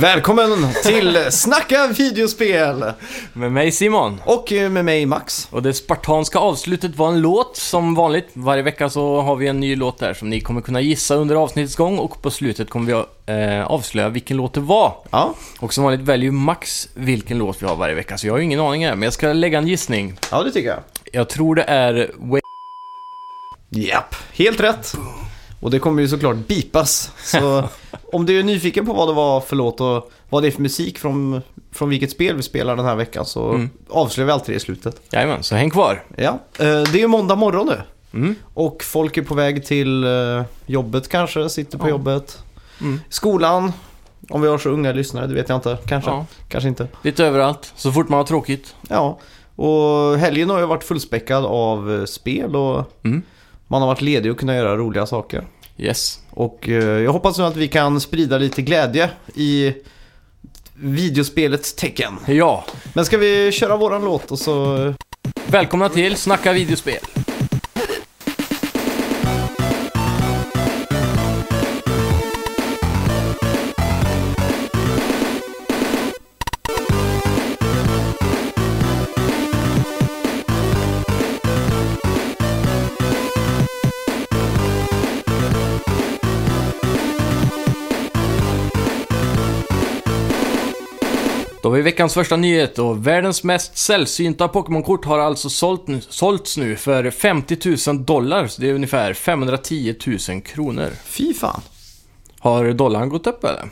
Välkommen till Snacka videospel! Med mig Simon. Och eh, med mig Max. Och det spartanska avslutet var en låt som vanligt. Varje vecka så har vi en ny låt där som ni kommer kunna gissa under avsnittets gång och på slutet kommer vi att, eh, avslöja vilken låt det var. Ja, Och som vanligt väljer Max vilken låt vi har varje vecka så jag har ju ingen aning här men jag ska lägga en gissning. ja det tycker jag. Jag tror det är Wait Japp, helt rätt. Och det kommer ju såklart bipas. Så om du är nyfiken på vad det var för låt och vad det är för musik från, från vilket spel vi spelar den här veckan så Mm. avslöjar vi alltid det i slutet. Jajamän, så häng kvar. Ja, eh, det är ju måndag morgon nu. Mm. Och folk är på väg till eh, jobbet kanske, sitter på Ja. jobbet. Mm. Skolan, om vi har så unga lyssnare, det vet jag inte. Kanske, Ja, kanske inte. lite överallt, så fort man har tråkigt. Ja, och helgen har ju varit fullspäckad av eh, spel och Mm. man har varit ledig och kunnat göra roliga saker. Yes. Och eh, jag hoppas nu att vi kan sprida lite glädje i videospelets tecken. Ja, Men ska vi köra våran låt och så... eh, välkomna till Snacka videospel. Då har vi veckans första nyhet och världens mest sällsynta Pokémon-kort har alltså sålt nu, sålts nu för 50 000 dollar, så det är ungefär 510 000 kronor. Fy fan. Har dollarn gått upp eller?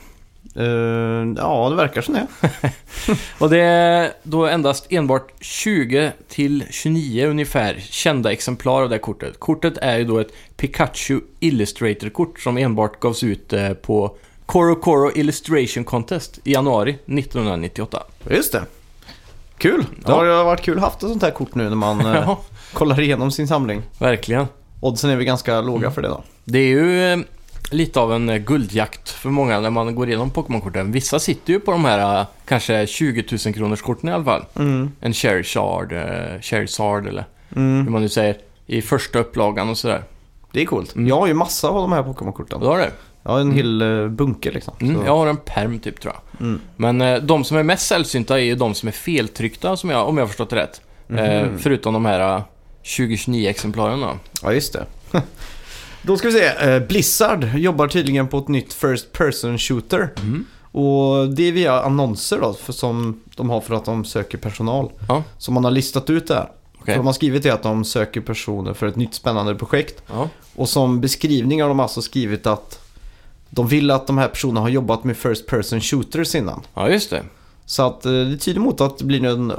Eh, ja, det verkar som det. Och det är då endast enbart 20 till 29 ungefär kända exemplar av det här kortet. Kortet är ju då ett Pikachu Illustrator-kort som enbart gavs ut eh, på Coro Coro Illustration Contest i januari 1998. Just det. Kul. Det Ja. har ju varit kul att haft ett sånt här kort nu när man eh, Ja, kollar igenom sin samling. verkligen. Oddsen är väl ganska låga för det då. Det är ju eh, lite av en eh, guldjakt för många när man går igenom Pokémon-korten. Vissa sitter ju på de här eh, kanske 20 000 kronors korten i alla fall. Mm. En Charizard, eh, Charizard eller hur Mm. man nu säger. I första upplagan och sådär. Det är coolt. Mm. Jag har ju massa av de här Pokémon-korten. Då har det. Jag har en hel eh, bunke liksom. Mm, så. jag har en perm typ tror jag. Mm. Men eh, de som är mest sällsynta är ju de som är feltryckta som jag, om jag har förstått det rätt. Mhm. Eh, förutom de här eh, 2029 exemplaren då. Ja, just det. Då ska vi se. Eh, Blizzard jobbar tydligen på ett nytt First Person Shooter. Och det är via annonser då, för som de har för att de söker personal. Ja. Så man har listat ut det här. Okej. Så de har skrivit det att de söker personer för ett nytt spännande projekt. Ja. Och som beskrivning har de alltså skrivit att de vill att de här personerna har jobbat med First Person Shooters innan. ja, just det. Så att eh, det tyder mot att det blir en, eh,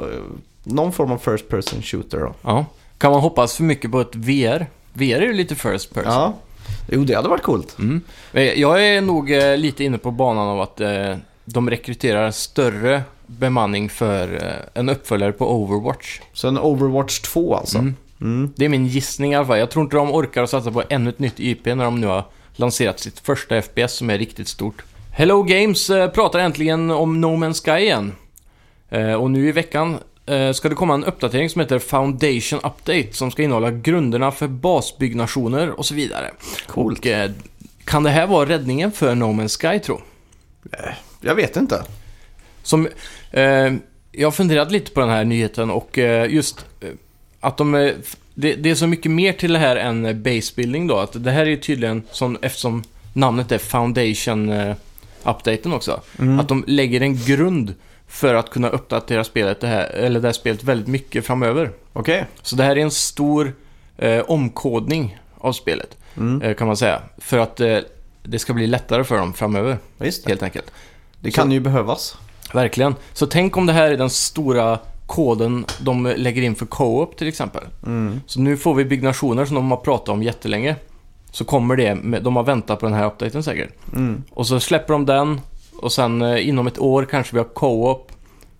någon form av First Person Shooter då. Ja. Kan man hoppas för mycket på ett VR? VR är ju lite first person. Ja. Jo, det hade varit coolt. Mm. Men Jag är nog eh, lite inne på banan av att eh, de rekryterar större bemanning för eh, en uppföljare på Overwatch. Så en Overwatch 2 alltså. Mm. Mm. Det är min gissning i alla fall. Jag tror inte de orkar att satsa på ännu ett nytt IP när de nu har lanserat sitt första FPS som är riktigt stort. Hello Games eh, pratar äntligen om No Man's Sky igen. Eh, och nu i veckan eh, ska det komma en uppdatering som heter Foundation Update som ska innehålla grunderna för basbyggnationer och så vidare. Coolt. Och, eh, kan det här vara räddningen för No Man's Sky tro? Jag vet inte. Som, eh, jag har funderat lite på den här nyheten och eh, just eh, att de... eh, f- Det, det är så mycket mer till det här än eh, basebuilding då. Att det här är ju tydligen, som, eftersom namnet är Foundation-updaten också, att de lägger en grund för att kunna uppdatera spelet det här, eller det här spelet väldigt mycket framöver. Okej. Så det här är en stor eh, omkodning av spelet, Mm. eh, kan man säga. För att eh, det ska bli lättare för dem framöver, Visst. helt enkelt. Det kan ju behövas. Verkligen. Så tänk om det här är den stora koden de lägger in för co-op till exempel. Mm. Så nu får vi byggnationer som de har pratat om jättelänge. Så kommer det, med, de har väntat på den här updaten säkert. Mm. Och så släpper de den och sen eh, inom ett år kanske vi har co-op.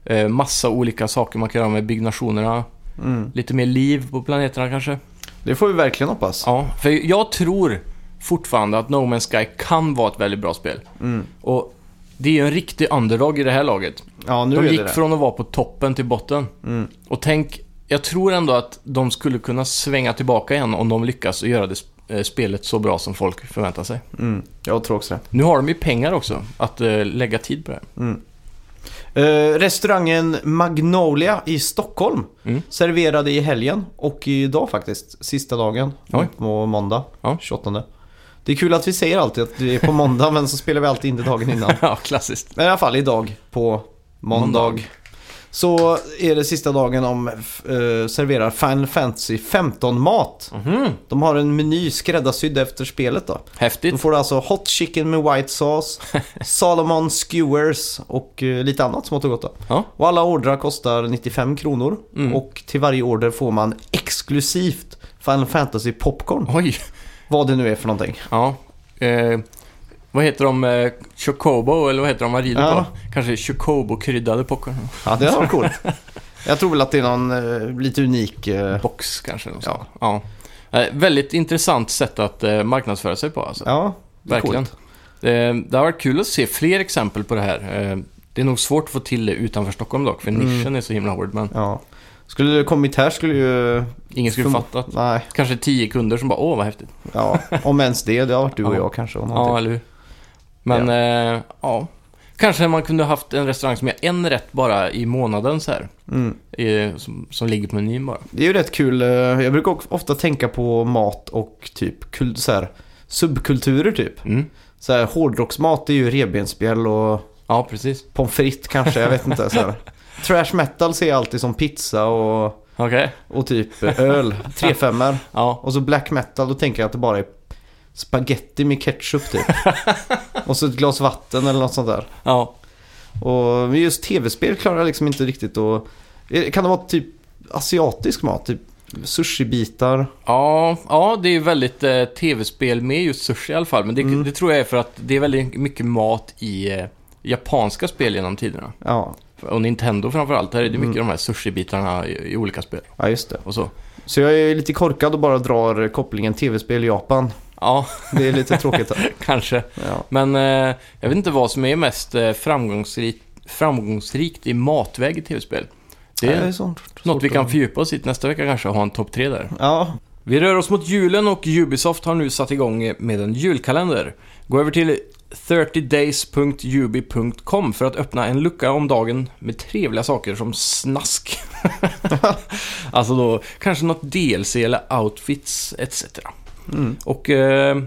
Eh, massa olika saker man kan göra med byggnationerna. Mm. Lite mer liv på planeterna kanske. Det får vi verkligen hoppas. Ja, för jag tror fortfarande att No Man's Sky kan vara ett väldigt bra spel. Mm. Och det är ju en riktig underdog i det här laget. Ja, nu De är gick det det. från att vara på toppen till botten. Mm. Och tänk, jag tror ändå att de skulle kunna svänga tillbaka igen om de lyckas och göra det eh, spelet så bra som folk förväntar sig. Mm, jag tror också det. Nu har de ju pengar också att eh, lägga tid på det här. Eh, restaurangen Magnolia i Stockholm Mm. serverade i helgen och idag faktiskt, sista dagen. Oj. På måndag, Ja. 28. Det är kul att vi säger alltid att det är på måndag men så spelar vi alltid in det dagen innan. ja, klassiskt. Men i alla fall idag på måndag. Måndag. Så är det sista dagen de eh, serverar Final Fantasy 15-mat. Mhm. De har en meny skräddarsydd efter spelet då. Då Häftigt. får du alltså hot chicken med white sauce, Salomon skewers och eh, lite annat smått och gott då. Ja. Och alla ordrar kostar 95 kronor. Mm. Och till varje order får man exklusivt Final Fantasy Popcorn. Oj. Vad det nu är för någonting. Ja. Eh, vad heter de? Eh, Chocobo, eller vad heter de man rider Ja. på? Kanske Chocobo-kryddade popcorn. Ja, det var coolt. Jag tror väl att det är någon eh, lite unik... eh, Box kanske. eller något Ja. sånt. ja. Eh, väldigt intressant sätt att eh, marknadsföra sig på alltså. Ja, det är Verkligen. coolt. Eh, det har varit kul att se fler exempel på det här. Eh, det är nog svårt att få till det utanför Stockholm dock, för Mm. nischen är så himla hård. Men Ja. Skulle det kommit här skulle ju... ingen skulle Förmo- fatta. att- Nej, Kanske tio kunder som bara åh vad häftigt. ja. Om ens det. Det har varit du och Ja. jag kanske. typ. Och Ja, någonting. eller hur? Men ja. Eh, ja. Kanske man kunde haft en restaurang som är en rätt bara i månaden så här. Mm. Eh, som, som ligger på menyn bara. Det är ju rätt kul. eh, Jag brukar också ofta tänka på mat och typ kul, så här, subkulturer typ. Mm. Så här, hårdrocksmat är ju revbensspjäll och Ja, precis. pommes frites kanske. Jag vet inte. Så här. Trash metal ser jag alltid som pizza och, Okej. och typ öl. Trefemmor. Ja. Och så black metal, då tänker jag att det bara är spaghetti med ketchup typ. och så ett glas vatten eller något sånt där. ja. Och men just tv-spel klarar jag liksom inte riktigt att... Kan det vara typ asiatisk mat? Typ sushibitar? Ja, ja, det är ju väldigt eh, tv-spel med just sushi i alla fall. Men det, det tror jag är för att det är väldigt mycket mat i eh, japanska spel genom tiderna. Ja, Och Nintendo framförallt, där är det mycket de här sushi-bitarna i, i olika spel ja just det. och så. Så jag är lite korkad och bara drar kopplingen tv-spel i Japan. Ja, Det är lite tråkigt. här. kanske. Ja. Men eh, jag vet inte vad som är mest eh, framgångsrikt, framgångsrikt i matväg i tv-spel. Det är Ja, sånt, något vi svårt kan att- fördjupa oss i till nästa vecka kanske och ha en topp tre där. Ja, Vi rör oss mot julen och Ubisoft har nu satt igång med en julkalender. Gå över till 30days.ubi.com för att öppna en lucka om dagen med trevliga saker som snask. alltså då kanske något DLC eller outfits etc. Mm. Och eh,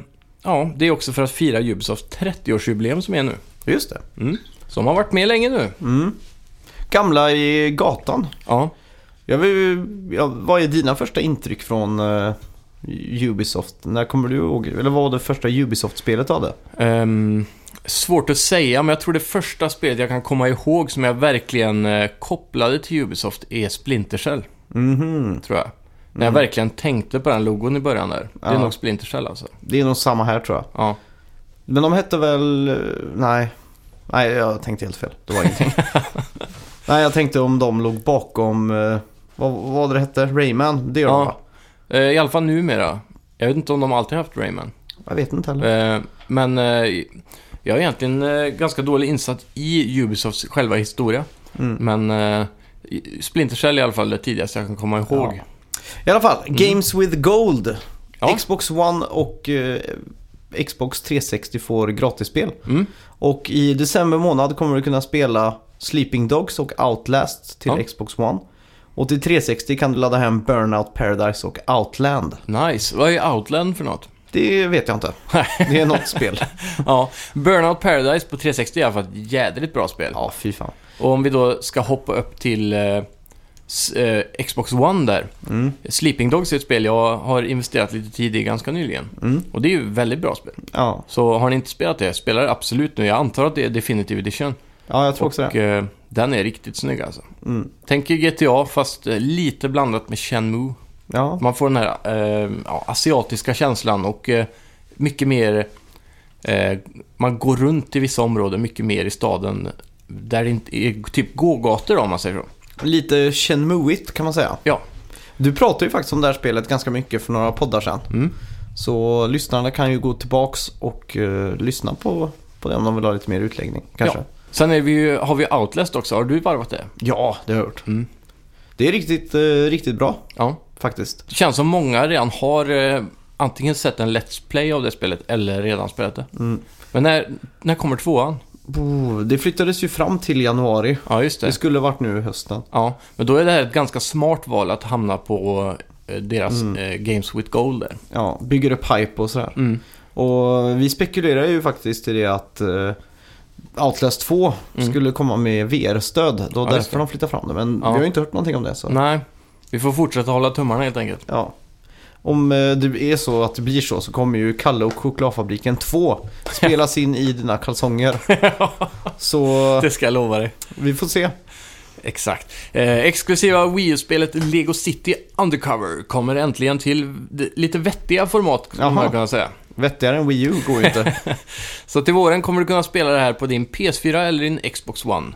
ja, det är också för att fira Ubisofts 30-årsjubileum som är nu. just det. Mm. Som har varit med länge nu. Mm. Gamla i gatan. Ja. Jag vill, ja, vad är dina första intryck från eh, Ubisoft? När kommer du ihåg? Eller vad var det första Ubisoft-spelet du hade? Ehm, svårt att säga, men jag tror det första spelet jag kan komma ihåg som jag verkligen eh, kopplade till Ubisoft är Splinter Cell, Mhm. tror jag. När jag verkligen tänkte på den logon i början där. Det är Ja. nog Splinter Cell alltså. Det är nog samma här tror jag. Ja. Men de hette väl... eh, Nej. Nej, jag tänkte helt fel. Det var ingenting. nej, jag tänkte om de låg bakom... eh, Vad vad var det hette? Rayman? Det gör de Ja. va? Eh, I alla fall numera. Jag vet inte om de alltid haft Rayman. Jag vet inte heller. Eh, men eh, jag är egentligen eh, ganska dålig insatt i Ubisofts själva historia. Mm. Men eh, i- Splinter Cell är i alla fall det tidigaste jag kan komma ihåg. Ja. I alla fall, Games with Gold. Mm. Ja. Xbox One och eh, Xbox 360 får gratisspel. Mm. Och i december månad kommer du kunna spela Sleeping Dogs och Outlast till Ja. Xbox One. Och till 360 kan du ladda hem Burnout Paradise och Outland. Nice. Vad är Outland för något? Det vet jag inte. Det är något spel. Ja, Burnout Paradise på 360 är i alla fall ett jädrigt bra spel. Ja, fy fan. Och om vi då ska hoppa upp till eh, s- eh, Xbox One där. Mm. Sleeping Dogs är ett spel jag har investerat lite tid i ganska nyligen. Mm. Och det är ju ett väldigt bra spel. Ja. Så har ni inte spelat det, spela det absolut nu. Jag antar att det är Definitive Edition. ja, jag tror också Och det. eh, den är riktigt snygg alltså. Mm. Tänk er GTA fast eh, lite blandat med Shenmue. Ja. Man får den här eh, ja, asiatiska känslan och eh, mycket mer... Eh, man går runt i vissa områden mycket mer i staden där det inte är typ gågator om man säger så. Lite Shenmue-igt kan man säga. Ja. Du pratade ju faktiskt om det här spelet ganska mycket för några poddar sedan. Mm. Så lyssnarna kan ju gå tillbaks och eh, lyssna på, på det om de vill ha lite mer utläggning kanske. Ja. Ja, Sen är vi ju, har vi Outlast också. Har du varvat det? det har jag hört. Mm. Det är riktigt, eh, riktigt bra Ja. faktiskt. Det känns som många redan har eh, antingen sett en Let's Play av det spelet eller redan spelat det. Men när, när kommer tvåan? Boh, Det flyttades ju fram till januari. Ja, just Det det. skulle varit nu i hösten. Ja, men då är det här ett ganska smart val att hamna på eh, deras eh, Games with Gold där. Ja, bygger upp hype och sådär. Mm. Och vi spekulerar ju faktiskt i det att eh, Outlast 2 Mm. skulle komma med VR-stöd. Det var Ja, just därför de flyttade fram det. Men Ja. vi har ju inte hört någonting om det. Så. Nej, vi får fortsätta hålla tummarna helt enkelt. Ja. Om eh, det är så att det blir så så kommer ju Kalle och chokladfabriken 2 spelas in i dina kalsonger. Så Det ska jag lova dig. vi får se. Exakt. Eh, exklusiva Wii U-spelet Lego City Undercover kommer äntligen till d- lite vettiga format, skulle Jaha. man kunna säga. Vettigare än Wii U går ju inte. Så till våren kommer du kunna spela det här på din PS4 eller din Xbox One.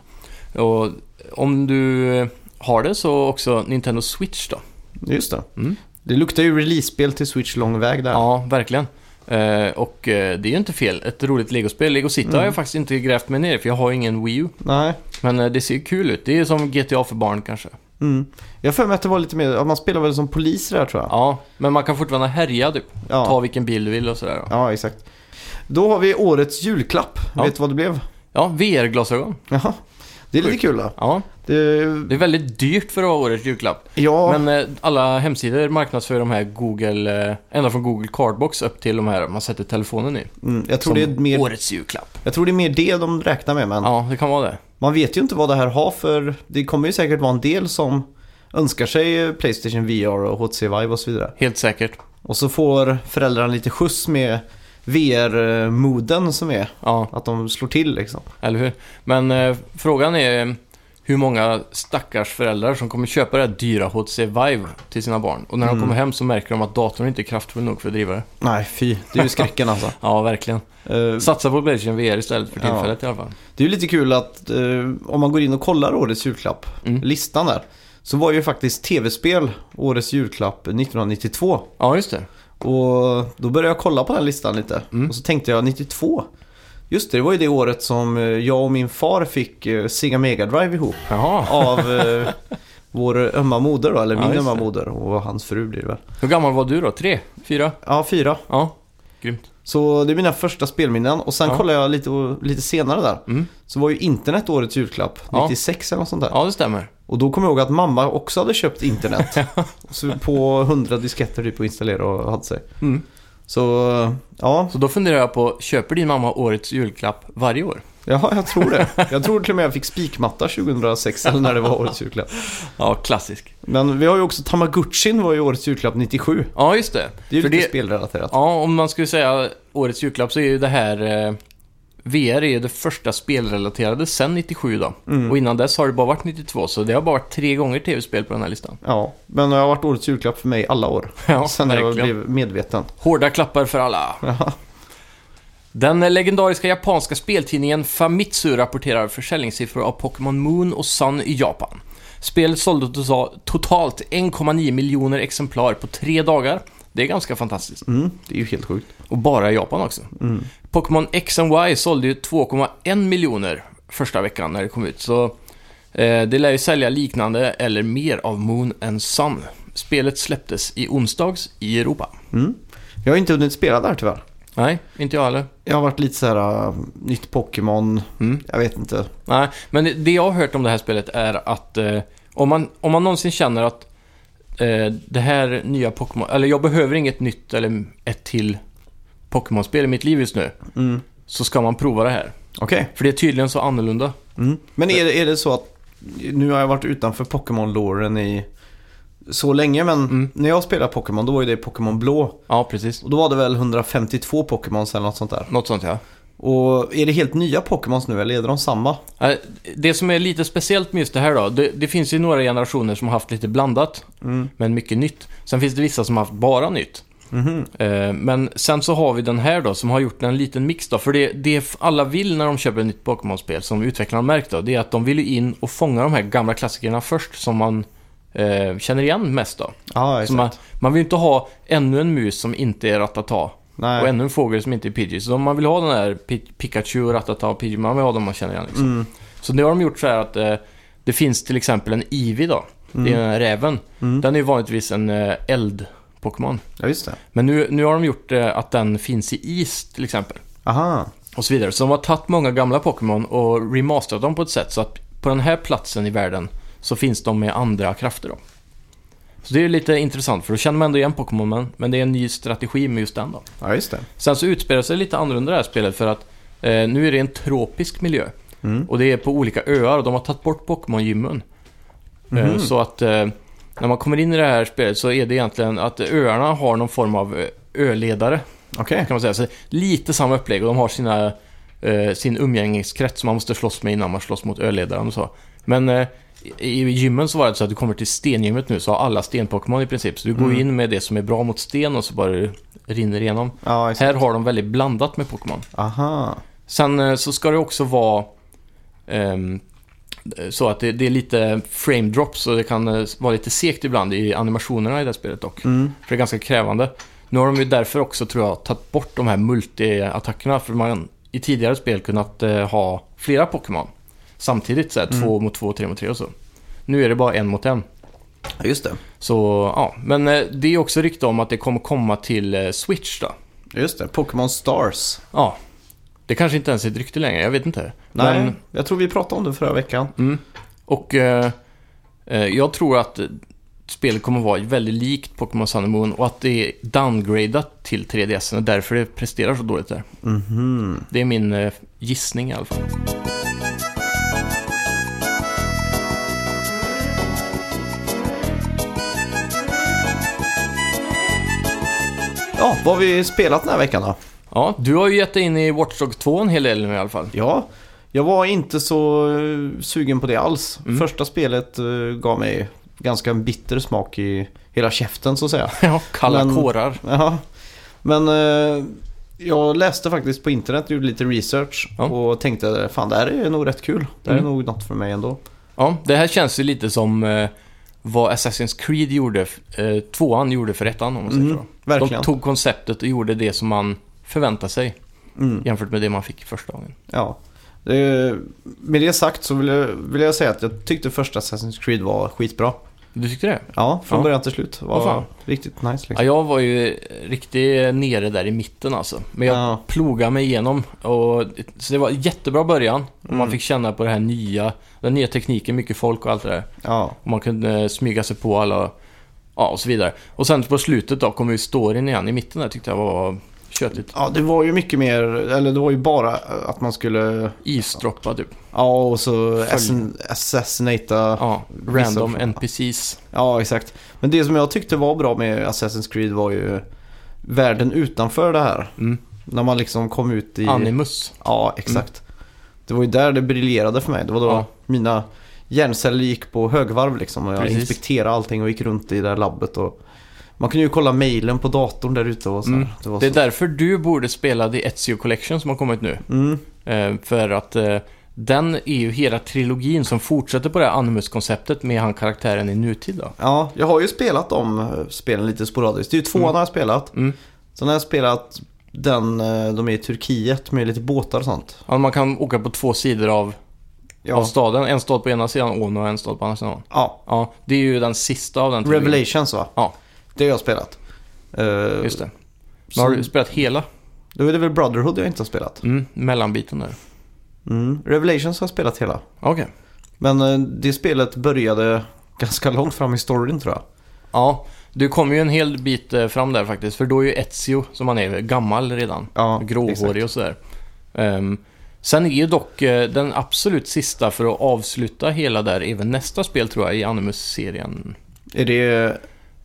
Och om du har det så också Nintendo Switch då. Just det. Mm. Det luktar ju release-spel till Switch lång väg där. Ja, verkligen. Eh, och eh, det är ju inte fel. Ett roligt Lego-spel. Lego City har jag faktiskt inte grävt mig ner i, för jag har ju ingen Wii U. Nej. Men eh, det ser ju kul ut. Det är som GTA för barn kanske. Mm. Jag har för mig att det var lite mer, ja, man spelar väl som polis där tror jag. Ja, men man kan fortfarande härja typ. Ja. Ta vilken bil du vill och sådär. Ja, exakt. Då har vi årets julklapp. Ja. Vet du vad det blev? Ja, VR-glasögon. Jaha. Det är lite Sjukt. kul då. Ja, Det, det är väldigt dyrt för att vara årets julklapp. ja, Men eh, alla hemsidor marknadsför de här Google, eh, ända från Google Cardbox upp till de här man sätter telefonen i. mm, jag, tror det är Som mer, Årets julklapp. jag tror det är mer det de räknar med. Men Ja, det kan vara det. man vet ju inte vad det här har för... Det kommer ju säkert vara en del som önskar sig Playstation VR och HTC Vive och så vidare. Helt säkert. Och så får föräldrarna lite skjuts med VR-moden som är. Ja, Att de slår till liksom. eller hur? Men eh, frågan är eh, hur många stackars föräldrar som kommer köpa det här dyra HTC Vive till sina barn. Och när Mm. de kommer hem så märker de att datorn inte är kraftfull nog för att driva det. Nej, fy. Det är ju skräcken alltså. Ja, verkligen. Eh, Satsa på Playstation VR istället för Ja. tillfället i alla fall. Det är ju lite kul att eh, om man går in och kollar årets julklapp, Mm. listan där, så var ju faktiskt tv-spel årets julklapp 1992. Ja, just det. Och då började jag kolla på den listan lite Mm. och så tänkte jag 92. Just det, det var ju det året som eh, jag och min far fick eh, Sega Mega Drive ihop Jaha. av eh, vår ömma moder då, eller Ja, min just ömma det. moder och hans fru blir det väl. Hur gammal var du då? Tre? Fyra? Ja, fyra. Ja, grymt. Så det är mina första spelminnen och sen Ja. kollade jag lite, lite senare där. Mm. Så var ju internet årets julklapp, Ja. 96 eller något sånt där. Ja, det stämmer. Och då kommer jag ihåg att mamma också hade köpt internet. så på 100 disketter typ och installerade och hade sig. Mm. Så ja, Så då funderar jag på, köper din mamma årets julklapp varje år? ja, jag tror det. Jag tror till och med jag fick spikmatta 2006 eller när det var årets julklapp. Ja, klassisk. Men vi har ju också Tamagotchin var ju årets julklapp 97. Ja, just det. Det är ju För lite det- spelrelaterat. Ja, om man skulle säga årets julklapp så är ju det här... Eh, VR är ju det första spelrelaterade sen 97 då. Och innan dess har det bara varit 92, så det har bara varit tre gånger tv-spel på den här listan. Ja, men det har varit årets julklapp för mig alla år. Ja, Sen när jag verkligen. blev medveten. Hårda klappar för alla. Ja. Den legendariska japanska speltidningen Famitsu rapporterar försäljningssiffror av Pokémon Moon och Sun i Japan. Spelet sålde to- totalt 1,9 miljoner exemplar på tre dagar. Det är ganska fantastiskt. Mm, det är ju helt sjukt. Och bara i Japan också. Pokémon X and Y sålde ju 2,1 miljoner första veckan när det kom ut. Så eh, det lär ju sälja liknande eller mer av Moon and Sun. Spelet släpptes i onsdags i Europa. Jag har inte hunnit spela där tyvärr. Nej, inte jag heller. Jag har varit lite så här äh, nytt Pokémon. Mm. Jag vet inte. Nej, men det- det jag har hört om det här spelet är att eh, om, man, om man någonsin känner att eh, det här nya Pokémon, eller jag behöver inget nytt eller ett till Pokémon-spel i mitt liv just nu, Mm. så ska man prova det här. Okej. För det är tydligen så annorlunda. Mm. Men är det, är det så att nu har jag varit utanför Pokémon-låren i så länge men Mm. när jag spelade Pokémon då var ju det Pokémon blå Ja, precis. och då var det väl 152 Pokémons eller något sånt där. Något sånt ja. Och är det helt nya Pokémons nu eller är de samma? Eh, Det som är lite speciellt med just det här då, det, det finns ju några generationer som har haft lite blandat, Mm. men mycket nytt. Sen finns det vissa som har haft bara nytt. Mhm. Eh, Men sen så har vi den här då som har gjort en liten mix då. För det, det f- alla vill när de köper ett nytt Pokémon-spel som utvecklarna har märkt då. Det är att de vill ju in och fånga de här gamla klassikerna först som man eh, känner igen mest då. Ja, Så man, exakt. man vill ju inte ha ännu en mus som inte är Ratata. Och Nej. ännu en fågel som inte är Pidgey. Så om man vill ha den här Pi- Pikachu, och Ratata och Pidgey, man vill ha dem man känner igen liksom. Mm. Så nu har de gjort så här att eh, det Mm. finns till exempel en Eevee då. Det är den här räven. Den är ju vanligtvis en eh, eld Pokémon. Ja, just det. Men nu, nu har de gjort eh, att den finns i is till exempel. Aha. Och så vidare. Så de har tagit många gamla Pokémon och remasterat dem på ett sätt så att på den här platsen i världen så finns de med andra krafter då. Så det är lite intressant för då känner man ändå igen Pokémon men- men det är en ny strategi med just den då. Ja, just det. Sen så utspelar sig lite annorlunda det här spelet för att eh, nu är det en tropisk miljö. Mm. Och det är på olika öar och de har tagit bort Pokémon-gymmen. Eh, så att eh, när man kommer in i det här spelet så är det egentligen att öarna har någon form av eh, öledare Okej. kan man säga. Så lite samma upplägg och de har sina, eh, sin umgängeskrets som man måste slåss med innan man slåss mot öledaren och så. Men eh, i i gymmen så var det så att du kommer till stengymmet nu så har alla stenpokémon i princip. Så du går ju in med det som är bra mot sten och så bara rinner igenom. Ja, just det. Här har de väldigt blandat med Pokémon. Aha. Sen eh, så ska det också vara ehm, så att det, det är lite frame drops och det kan eh, vara lite segt ibland i animationerna i det här spelet dock. Mm. För det är ganska krävande. Nu har de ju därför också, tror jag, tagit bort de här multi-attackerna. För man i tidigare spel kunnat eh, ha flera Pokémon samtidigt. Så här, Två mot två, tre mot tre och så. Nu är det bara en mot en. Ja, just det. Så, ja. Men eh, det är också rykte om att det kommer komma till eh, Switch då. Just det. Pokémon Stars. Ja. Det kanske inte ens är ett rykte längre, jag vet inte. Nej, Men, Mm. jag tror vi pratade om det förra veckan. och eh, eh, jag tror att eh, spelet kommer vara väldigt likt Pokémon Sun and Moon och att det är downgradat till 3DS och därför det presterar så dåligt där. Mhm. Det är min eh, gissning i alla fall. Ja, vad har vi spelat den här veckan då? Ja, du har ju gett dig in i Watch Dogs 2 en hel del nu i alla fall. Ja, jag var inte så eh, sugen på det alls. Mm. Första spelet eh, gav mig ganska en bitter smak i hela käften så att säga. Ja, kalla Men- kårar. Ja. Men eh, jag läste faktiskt på internet, gjorde lite research Ja. och tänkte fan det här är nog rätt kul. Det här Mm. är nog något för mig ändå. Ja, det här känns ju lite som eh, vad Assassin's Creed gjorde, f- eh, tvåan gjorde för ettan om man säger Mm, så. verkligen. De tog konceptet och gjorde det som man förväntade sig Mm. jämfört med det man fick första gången. Ja. Eh, Med det sagt så vill jag, vill jag säga att jag tyckte första Assassin's Creed var skitbra. Du tyckte det? Ja, från Ja. början till slut. Var Vad fan. riktigt nice liksom. Ja, jag var ju riktigt nere där i mitten alltså. Men jag Ja. plogade mig igenom. Och, så det var en jättebra början. Och Mm. man fick känna på det här nya, den nya tekniken, mycket folk och allt det där. Ja, Och man kunde eh, smyga sig på alla, ja och så vidare. Och sen på slutet då kom ju storyn igen i mitten där tyckte jag var tjötigt. Ja, det var ju mycket mer, eller det var ju bara att man skulle, Isdroppa typ. ja och så assin- assassinata. Ja. Ja, random NPCs. exakt. Men det som jag tyckte var bra med Assassin's Creed var ju världen utanför det här. Mm. När man liksom kom ut i... Animus. Ja, exakt. Det var ju där det briljerade för mig. Det var då Mm. Ja. mina hjärnceller gick på högvarv liksom. Och jag Precis. inspekterade allting och gick runt i det där labbet. Och... Man kunde ju kolla mejlen på datorn där ute och så. här. Mm. Det var Det är så... därför du borde spela The Ezio Collection som har kommit nu. Mm. Eh, För att eh, den är ju hela trilogin som fortsätter på det här Animus-konceptet med han karaktären i nutid då. Ja, jag har ju spelat de eh, spelen lite sporadiskt. Det är ju tvåan jag har spelat. Mm. Sen har jag spelat den, eh, de är i Turkiet med lite båtar och sånt. Ja, Man kan åka på två sidor av, av Ja, staden. En stad på ena sidan ån och en stad på andra sidan ån. ja. Ja, det är ju den sista av den trilogin. Revelations va? Mm. Ja. Det har jag spelat. Eh, Just det. Men har så, du spelat hela? Då är det väl Brotherhood jag inte har spelat. Mm, mellanbiten där. Mm. Revelations har jag spelat hela. Okej. Men eh, det spelet började ganska långt fram i storyn tror jag. Ja, du kom ju en hel bit eh, fram där faktiskt. För då är ju Ezio, som han är, gammal redan. Ja, exakt. Gråhårig och sådär. Ehm, sen är ju dock eh, den absolut sista för att avsluta hela där, även nästa spel tror jag i Animus-serien. Är det...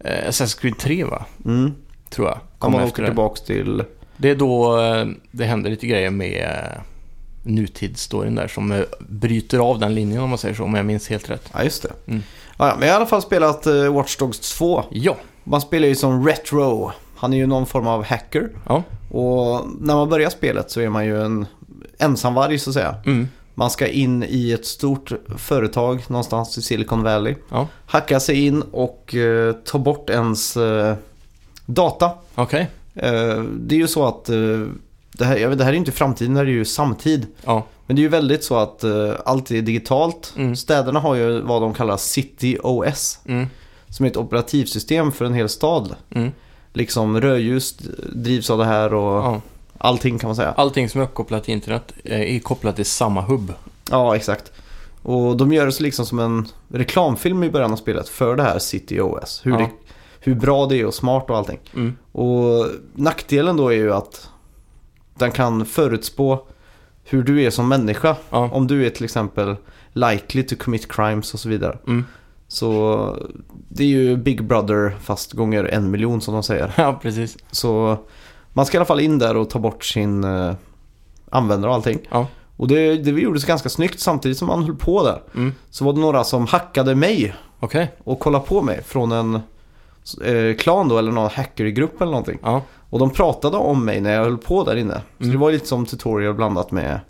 Eh, Assassin's Creed 3 va? Mm. Tror jag. Om Kommer man efter åker det. tillbaks till... Det är då eh, det händer lite grejer med eh, nutidsstoryn där som eh, bryter av den linjen om man säger så, om jag minns helt rätt. Ja, just det. Mm. Ja, ja, men jag har i alla fall spelat eh, Watch Dogs 2. Ja, Man spelar ju som Retro. Han är ju någon form av hacker. ja, Och när man börjar spelet så är man ju en ensamvarg så att säga. mm, Man ska in i ett stort företag någonstans i Silicon Valley. ja, Hacka sig in och eh, ta bort ens eh, data. okej, Eh, det är ju så att eh, det, här, jag vet, det här är ju inte framtiden, det här är ju samtid. ja, Men det är ju väldigt så att eh, allt är digitalt. Mm. Städerna har ju vad de kallar City OS. mm, Som är ett operativsystem för en hel stad. mm, liksom rödljus drivs av det här och Ja. allting kan man säga. Allting som är uppkopplat till internet eh, är kopplat till samma hubb. Ja, exakt. Och de gör det så liksom som en reklamfilm i början av spelet för det här City OS. Hur, Ja. det, hur bra det är och smart och allting. Mm. Och nackdelen då är ju att den kan förutspå hur du är som människa. Ja. Om du är till exempel likely to commit crimes och så vidare. Mm. Så det är ju Big Brother fast gånger en miljon som de säger. ja, precis. Så man ska i alla fall in där och ta bort sin eh, användare och allting. Ja. Och det, det gjordes ganska snyggt samtidigt som man höll på där. Mm. Så var det några som hackade mig Okej. och kollade på mig från en eh, klan då eller någon hackergrupp eller någonting. Ja. Och de pratade om mig när jag höll på där inne. Så Mm. det var lite som tutorial blandat med,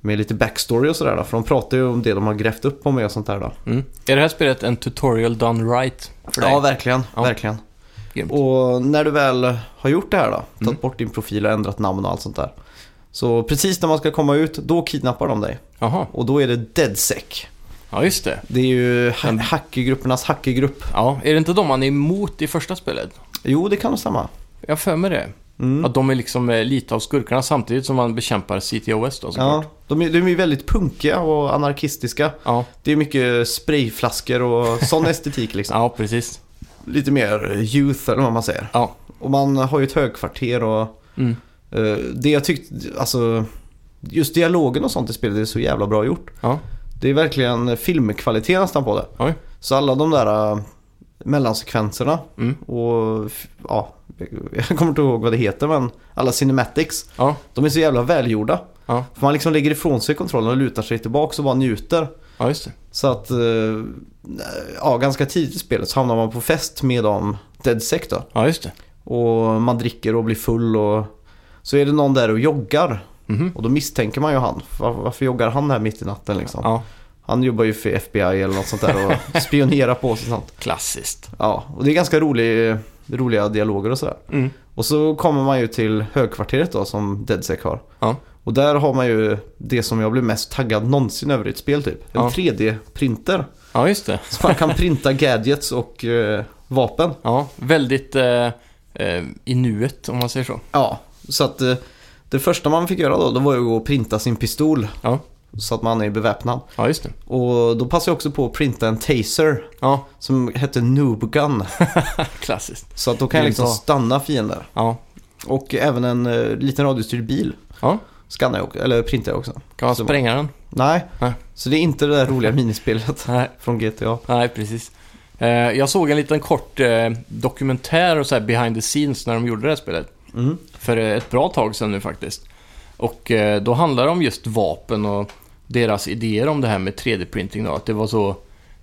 med lite backstory och sådär då. För de pratade ju om det de har grävt upp om mig och sånt där då. Mm. Är det här spelet en tutorial done right för dig? Ja, verkligen. Ja. verkligen. Grymt. Och när du väl har gjort det här då, tagit Mm. bort din profil och ändrat namn och allt sånt där. Så precis när man ska komma ut, då kidnappar de dig. Jaha. Och då är det DeadSec. Ja, just det. Det är ju ha- Mm. hackergruppernas hackergrupp. Ja, är det inte de man är emot i första spelet? Jo, det kan nog stämma. Jag har för mig det. Mm. Att de är liksom eh, lite av skurkarna samtidigt som man bekämpar CTOS då Ja, såklart. de är, de är ju väldigt punkiga och anarkistiska. Ja. Det är mycket sprayflaskor och sån estetik liksom. Ja, precis. Lite mer youth eller vad man säger. Ja. Och man har ju ett högkvarter och Mm. eh, det jag tyckte, alltså just dialogen och sånt i spelet är så jävla bra gjort. Ja. Det är verkligen filmkvalitet nästan på det. Oj. Så alla de där eh, mellansekvenserna Mm. och f- ja, jag kommer inte ihåg vad det heter men alla cinematics, Ja. de är så jävla välgjorda. Ja. För man liksom lägger ifrån sig kontrollen och lutar sig tillbaka och bara njuter. Ja, just det. Så att, eh, ja ganska tidigt i spelet så hamnar man på fest med dem, Deadsec då. Ja, just det. Och man dricker och blir full och så är det någon där och joggar. Mhm. Och då misstänker man ju han. Var- Varför joggar han här mitt i natten liksom? Ja. Han jobbar ju för FBI eller något sånt där och spionerar på oss och sånt. Klassiskt. Ja, och det är ganska rolig, roliga dialoger och sådär. Mm. Och så kommer man ju till högkvarteret då som DeadSec har. Ja. Och där har man ju det som jag blev mest taggad någonsin över i ett spel typ. En Ja. 3D-printer. Ja, just det. Så man kan printa gadgets och eh, vapen. Ja, väldigt eh, eh, i nuet om man säger så. Ja, så att eh, det första man fick göra då, det var ju att gå och printa sin pistol. Ja. Så att man är beväpnad. Ja, just det. Och då passade jag också på att printa en taser Ja, som hette Noob Gun. klassiskt. Så att då kan jag Det är liksom bra. stanna fiender. Ja. Och även en eh, liten radiostyrd bil Ja, skannar jag, också- eller printar jag också. kan man Så- spränga den? Nej, Nej. så det är inte det där roliga minispelet Nej. från GTA. Nej, precis. Eh, jag såg en liten kort eh, dokumentär och så här behind the scenes när de gjorde det här spelet. Mm. För eh, ett bra tag sedan nu faktiskt. Och eh, då handlar det om just vapen och deras idéer om det här med 3D-printing då. Att det var så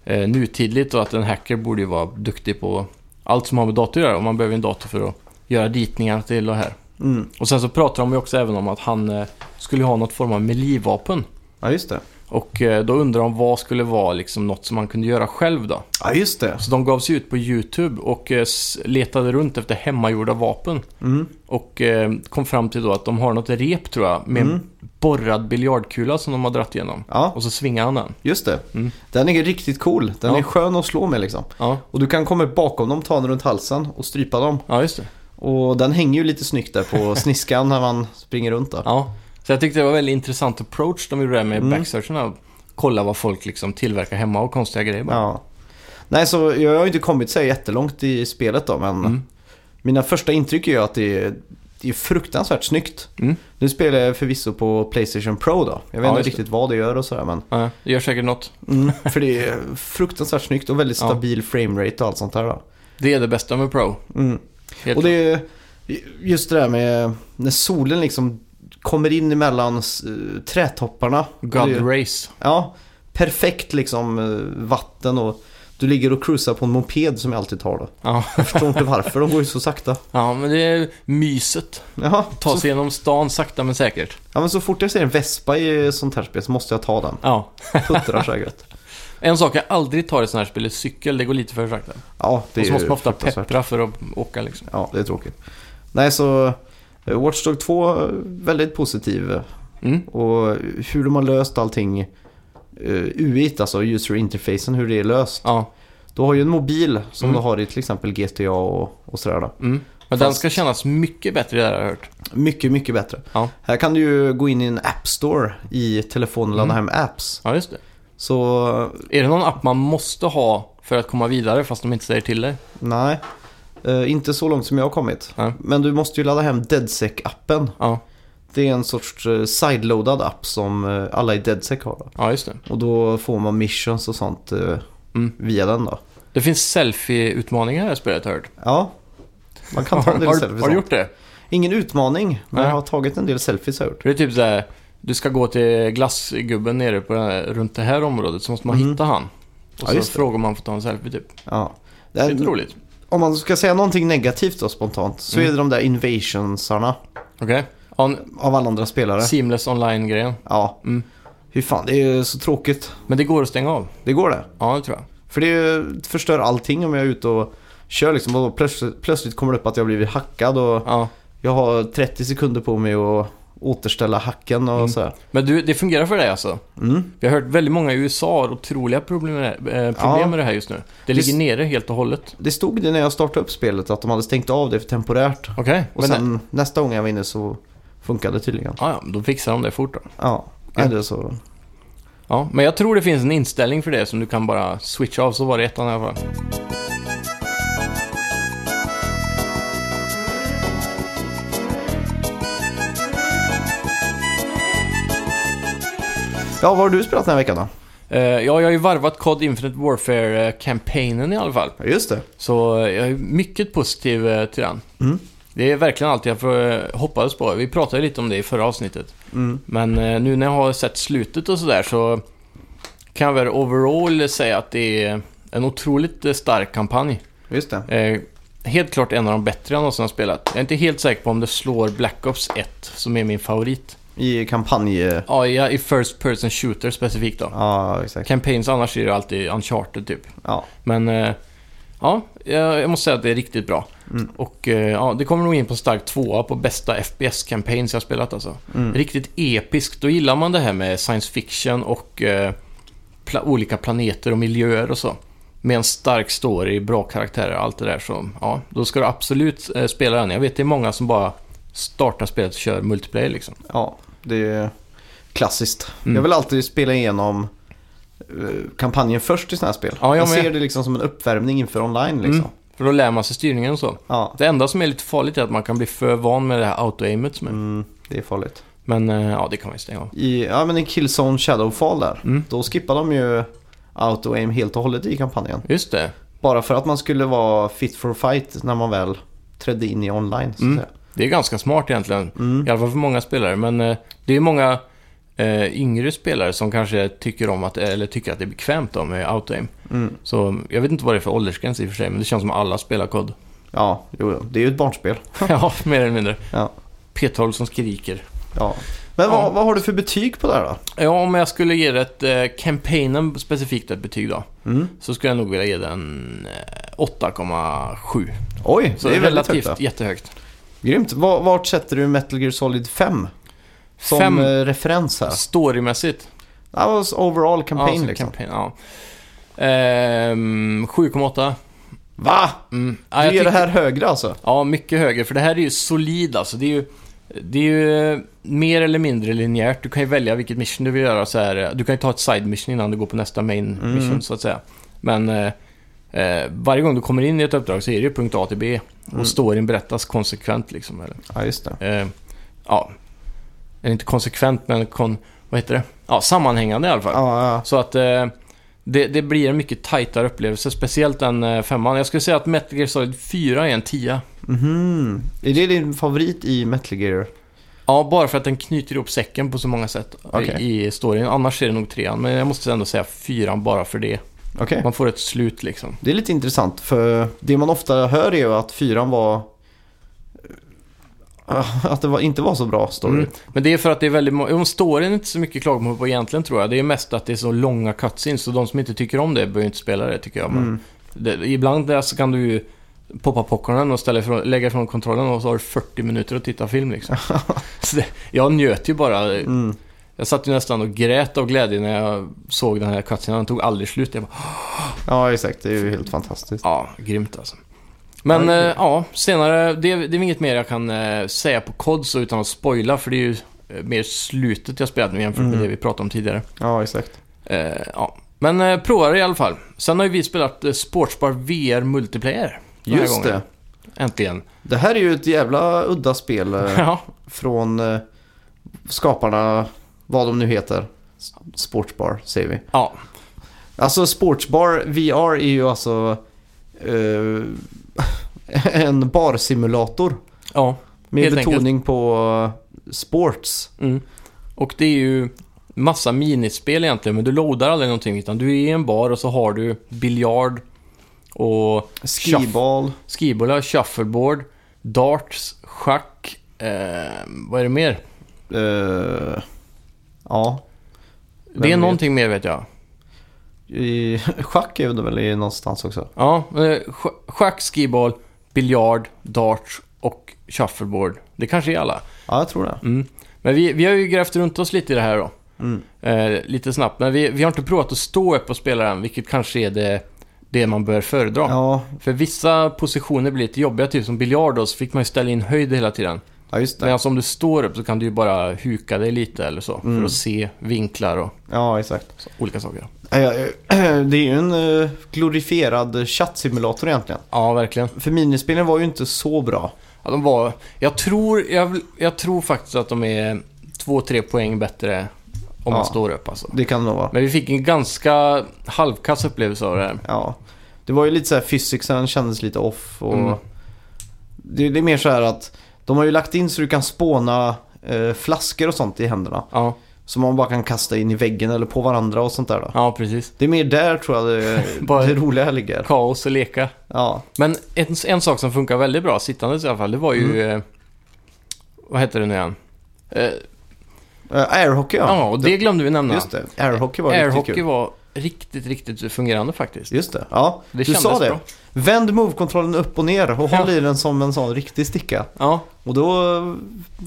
eh, nutidligt och att en hacker borde ju vara duktig på allt som har med dator att göra. Och man behöver en dator för att göra ritningar till och här. Mm. Och sen så pratar de ju också även om att han eh, skulle ha något form av melee-vapen. Ja, just det. Och eh, då undrar de vad skulle vara liksom något som man kunde göra själv då. Ja, just det. Så de gav sig ut på YouTube och eh, s- letade runt efter hemmagjorda vapen. Mm. Och eh, kom fram till då att de har något rep tror jag med Mm. en borrad biljardkula som de har dratt igenom. Ja, Och så svingar han den. just det. Mm. Den är riktigt cool. Den Ja. är skön att slå med liksom. Ja, Och du kan komma upp bakom dem, ta den runt halsen och strypa dem. ja just det. Och den hänger ju lite snyggt där på sniskan när man springer runt där. Ja. Så jag tyckte det var en väldigt intressant approach de gjorde där med Mm. backsearchen. och Kolla vad folk liksom tillverkar hemma och konstiga grejer bara. Ja. Nej, så jag har ju inte kommit så här jättelångt i spelet då, men Mm. mina första intryck är ju att det är, det är fruktansvärt snyggt. Mm. Nu spelar jag förvisso på Playstation Pro då. Jag vet Ja, inte just riktigt vad det gör och sådär, men Ja, det gör säkert något. för det är fruktansvärt snyggt och väldigt Ja. stabil framerate och allt sånt där då. Det är det bästa med Pro. Mm. Helt Och det är just det där med när solen liksom kommer in emellan eh, trädtopparna. klart. Och det är- God Race. Ja, perfekt liksom eh, vatten och du ligger och cruisar på en moped som jag alltid tar då. Ja. Jag förstår inte varför, de går ju så sakta. ja, men det är myset. Jaha, Ta så, sig genom stan sakta men säkert. ja, men så fort jag ser en Vespa i sånt här spel så måste jag ta den. Ja. Puttrar så här gött. En sak jag aldrig tar i sådana här spel är cykel. Det går lite för sakta. Ja, det är och så måste ju man ofta fruktansvärt. peppra för att åka liksom. Ja, det är tråkigt. Nej, så eh, Watch Dog 2, eh, väldigt positiv. eh, Mm. Och hur de har löst allting eh, UI, alltså user interfacen, hur det är löst. Ja. Du har ju en mobil som Mm. du har i till exempel GTA och, och sådär då. Mm. Men den Fast- ska kännas mycket bättre där har jag hört. Mycket, mycket bättre. Ja. Här kan du ju gå in i en app store i telefonen och ladda Mm. hem apps. Ja, just det. Så Är det någon app man måste ha för att komma vidare fast de inte säger till dig? nej, eh, inte så långt som jag har kommit. Nej. Men du måste ju ladda hem DeadSec-appen. Ja, Det är en sorts eh, sideloadad app som eh, alla i DeadSec har. Då. ja just det. Och då får man missions och sånt eh, Mm. via den då. Det finns selfie-utmaningar i det här spelet har jag hört. Ja, man kan ta Har, en del har, selfies. har du då. gjort det? Ingen utmaning, men Nej. jag har tagit en del selfies har jag gjort. För det är typ såhär, du ska gå till glassgubben nere på, den här- runt det här området så måste man Mm. hitta han. Ja, Och så just det. frågar man får ta en selfie typ. Ja. Det Det är- är lite roligt. om man ska säga någonting negativt då spontant så Mm. är det de där invasionsarna Okej. On, av alla andra spelare. seamless online-grejen. Ja. Mm. Hur fan, det är ju så tråkigt. Men det går att stänga av. Det går det. Ja, det tror jag. För det är ju- förstör allting om jag är ute och kör liksom och då plötsligt, plötsligt kommer det upp att jag har blivit hackad och Ja. jag har 30 sekunder på mig att återställa hacken och Mm. sådär. Men du, det fungerar för dig alltså? Mm. Vi Vi har hört väldigt många i USA har otroliga problem, med det- eh, problem Ja. med det här just nu. Det Visst. ligger nere helt och hållet. Det stod det när jag startade upp spelet att de hade stängt av det för temporärt. Okej. Och men eh, sen nästa gång jag var inne så funkade det tydligen. Ja, ja, då fixar de det fort då. Ja, Ja. eller så. Ja, men jag tror det finns en inställning för det som du kan bara switcha av, så var det i ettan i alla fall. Ja, vad har du spelat den här veckan då? Eh, ja, jag har ju varvat COD Infinite Warfare-kampanjen i alla fall. Ja, just det. Så eh, jag är mycket positiv eh, till den. Mm. Det är verkligen allt jag för- hoppades på. Vi pratade lite om det i förra avsnittet. Mm. Men eh, nu när jag har sett slutet och sådär så kan jag väl overall säga att det är en otroligt eh, stark kampanj. Just det. Eh, helt klart en av de bättre jag någonsin har spelat. Jag är inte helt säker på om det slår Black Ops 1, som är min favorit. I kampanj... Ja, ja, i First Person Shooter specifikt då. Ja, exakt. Campaigns annars är det alltid Uncharted typ. Ja. Men eh, ja, jag jag måste säga att det är riktigt bra. Mm. Och eh, ja, det kommer nog in på en stark tvåa på bästa FPS-campaigns jag spelat alltså. Mm. Riktigt episkt. Då gillar man det här med science fiction och eh, pla- olika planeter och miljöer och så. Med en stark story, bra karaktärer och allt det där. Så, ja, då ska du absolut eh, spela den. Jag vet det är många som bara startar spelet och kör multiplayer liksom. Ja, det är klassiskt. Mm. Jag vill alltid spela igenom eh, kampanjen först i sådana här spel. Ja, jag jag med. ser det liksom som en uppvärmning inför online liksom. Mm. För då lär man sig styrningen och så. Ja, Det enda som är lite farligt är att man kan bli för van med det här auto-aimet som är. mm, det är farligt. Men eh, ja, det kan man ju stänga av. I, ja, men i Killzone Shadowfall där, Mm. då skippade de ju auto-aim helt och hållet i kampanjen. Just det. Bara för att man skulle vara fit for fight när man väl trädde in i online. Så att Mm. säga. Det är ganska smart egentligen. Mm. I alla fall för många spelare. Men eh, det är många eh, yngre spelare som kanske tycker om att, eller tycker att det är bekvämt då med auto-aim. Mm. Så jag vet inte vad det är för åldersgräns i och för sig, men det känns som alla spelar kod. Ja, jo, jo, det är ju ett barnspel. ja, mer eller mindre. Ja. P12 som skriker. Ja. Men vad, Ja. vad har du för betyg på det här då? Ja, om jag skulle ge det ett, eh, campaignen specifikt ett betyg då, Mm. så skulle jag nog vilja ge den eh, 8,7. Oj, Så det är väldigt relativt högt. då. jättehögt. Grymt. Va- Vart sätter du Metal Gear Solid 5? Som Fem eh, referens här. storymässigt. That was overall campaign som liksom. campaign, ja. Ehm, 7,8. Va? Mm. Du Ja, jag ger det tyckte- här högre alltså? Ja, mycket högre. För det här är ju solid alltså. Det är ju, det är ju eh, mer eller mindre linjärt. Du kan ju välja vilket mission du vill göra. Så här. eh, Du kan ju ta ett side mission innan du går på nästa main Mm. mission så att säga. Men eh, eh, varje gång du kommer in i ett uppdrag så är det ju punkt A till B. Mm. Och storyn berättas konsekvent liksom. Eller, Ja, just det. eh, ja, eller inte konsekvent men kon, vad heter det? Ja, sammanhängande i alla fall. Ja, ja. Så att eh, det, det blir en mycket tajtare upplevelse, speciellt den eh, femman. Jag skulle säga att Metal Gear Solid 4 är en 10. Mhm. Är det din favorit i Metal Gear? Ja, bara för att den knyter ihop säcken på så många sätt Okej. i, i storyn. Annars är det nog trean, men jag måste ändå säga fyran bara för det. Okej. Man får ett slut liksom. Det är lite intressant för det man ofta hör är ju att fyran var... eh, Att det var, inte var så bra story. Mm. Men det är för att det är väldigt många... Om storyn är inte så mycket klagomål på egentligen tror jag. Det är mest att det är så långa cutscenes, så de som inte tycker om det behöver inte spela det tycker jag. Men Mm. det, ibland där så kan du ju poppa popcornen och ställa ifrån, lägga ifrån kontrollen och så har du 40 minuter att titta film liksom. så det, jag njöt ju bara. Mm. Jag satt ju nästan och grät av glädje när jag såg den här cutscenen. Den tog aldrig slut. Jag bara, Ja, exakt. Det är ju helt fantastiskt. Ja, grymt alltså. Men Ja, det är eh, ja, senare, det, det är inget mer jag kan eh, säga på COD så utan att spoila för det är ju eh, mer slutet jag spelat nu jämfört med Mm. det vi pratade om tidigare. Ja, exakt. Eh, ja. Men eh, prova det i alla fall. Sen har ju vi spelat eh, Sportsbar VR Multiplayer. den här Just gången. det. Äntligen. Det här är ju ett jävla udda spel eh, Ja. från eh, skaparna, vad de nu heter. S- Sportsbar säger vi. ja. Alltså Sportsbar VR är ju alltså eh, en barsimulator Ja. med Helt enkelt. betoning på eh, sports. Mm. Och det är ju massa minispel egentligen, men du loadar aldrig någonting utan du är i en bar och så har du biljard och Skiball. skibola, shuffleboard, darts, schack, eh, vad är det mer? Eh, ja. det är vet? någonting mer vet jag. I, schack är det väl i någonstans också. Ja, eh, scha- schack, skiball, biljard, darts och shuffleboard. Det kanske är alla. Ja, jag tror det. Mm. Men vi, vi har ju grävt runt oss lite i det här då. Mm. Eh, lite snabbt, men vi, vi har inte provat att stå upp och spela den, vilket kanske är det, det man bör föredra. Ja, För vissa positioner blir lite jobbiga, typ som biljard då, så fick man ju ställa in höjd hela tiden. ja just det. Medan om du står upp så kan du ju bara huka dig lite eller så, Mm. för att se vinklar och Ja, exakt. så, olika saker. Ja, ja, eh, Det är ju en eh, glorifierad chattsimulator egentligen. Ja, verkligen. För minispelen var ju inte så bra. Ja, de var, jag, tror, jag, vill- jag tror faktiskt att de är två, tre poäng bättre om Ja. man står upp alltså. Det kan det nog vara. Men vi fick en ganska halvkass upplevelse av det här. Ja. Det var ju lite så här physicsen kändes lite off och... Mm. Det, det är mer så här att de har ju lagt in så du kan spåna eh, flaskor och sånt i händerna. Ja, Som man bara kan kasta in i väggen eller på varandra och sånt där då. ja precis. Det är mer där tror jag det, Bara- det roliga ligger. Kaos och leka. Ja, Men en, en sak som funkar väldigt bra sittandes i alla fall, det var ju... Mm. Eh, vad hette det nu igen? Eh, Eh, airhockey ja. Ja, och det glömde vi nämna. Just det. Airhockey var riktigt Airhockey kul. var riktigt, riktigt fungerande faktiskt. Just det, ja. Det du kändes sa det. bra. Vänd move-kontrollen upp och ner och Ja. håll i den som en sån riktig sticka. Ja, Och då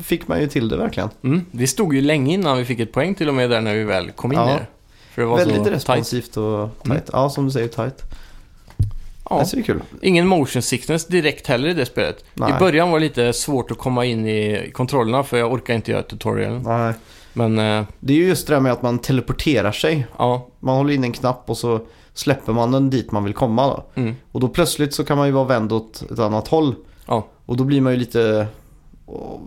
fick man ju till det verkligen. mm. vi stod ju länge innan vi fick ett poäng till och med där när vi väl kom in Ja. i det. För det var Väldigt så tight. Mm. responsivt och tight. Ja, som du säger, tight. Ja. Det är kul. Ingen motion sickness direkt heller i det spelet. Nej. I början var det lite svårt att komma in i kontrollerna för jag orkar inte göra tutorialen. Nej. Men eh, Det är ju just det där med att man teleporterar sig. ja, Man håller in en knapp och så släpper man den dit man vill komma. Då. mm. Och då plötsligt så kan man ju vara vänd åt ett annat håll. Ja. Och då blir man ju lite åh,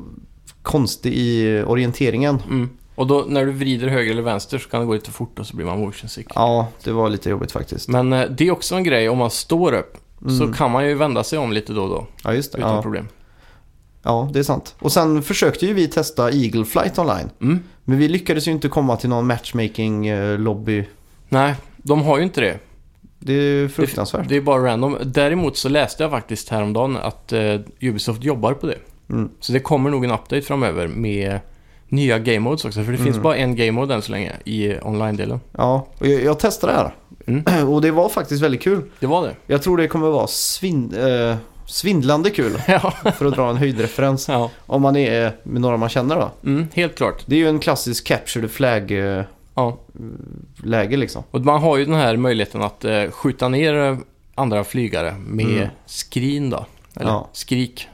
konstig i orienteringen. Mm. Och då när du vrider höger eller vänster så kan det gå lite fort och så blir man motion sick. Ja, det var lite jobbigt faktiskt. Men eh, det är också en grej, om man står upp så Mm. kan man ju vända sig om lite då och då Ja, just det. utan Ja. problem. ja, det är sant. Och sen försökte ju vi testa Eagle Flight online. Mm. Men vi lyckades ju inte komma till någon matchmaking-lobby. Nej, de har ju inte det. Det är fruktansvärt. Det är bara random. Däremot så läste jag faktiskt häromdagen att eh, Ubisoft jobbar på det. Mm. Så det kommer nog en update framöver med nya game modes också. För det finns Mm. bara en game mode än så länge i eh, online-delen. Ja, och jag, jag testade det här. Mm. Och det var faktiskt väldigt kul. Det var det. Jag tror det kommer vara svin, eh, svindlande kul, ja. för att dra en höjdreferens, ja. om man är med några man känner då. Mm, helt klart. Det är ju en klassisk capture the flag-läge Ja. liksom. Och man har ju den här möjligheten att eh, skjuta ner eh, andra flygare med Mm. skrin då. Eller Ja. skrik.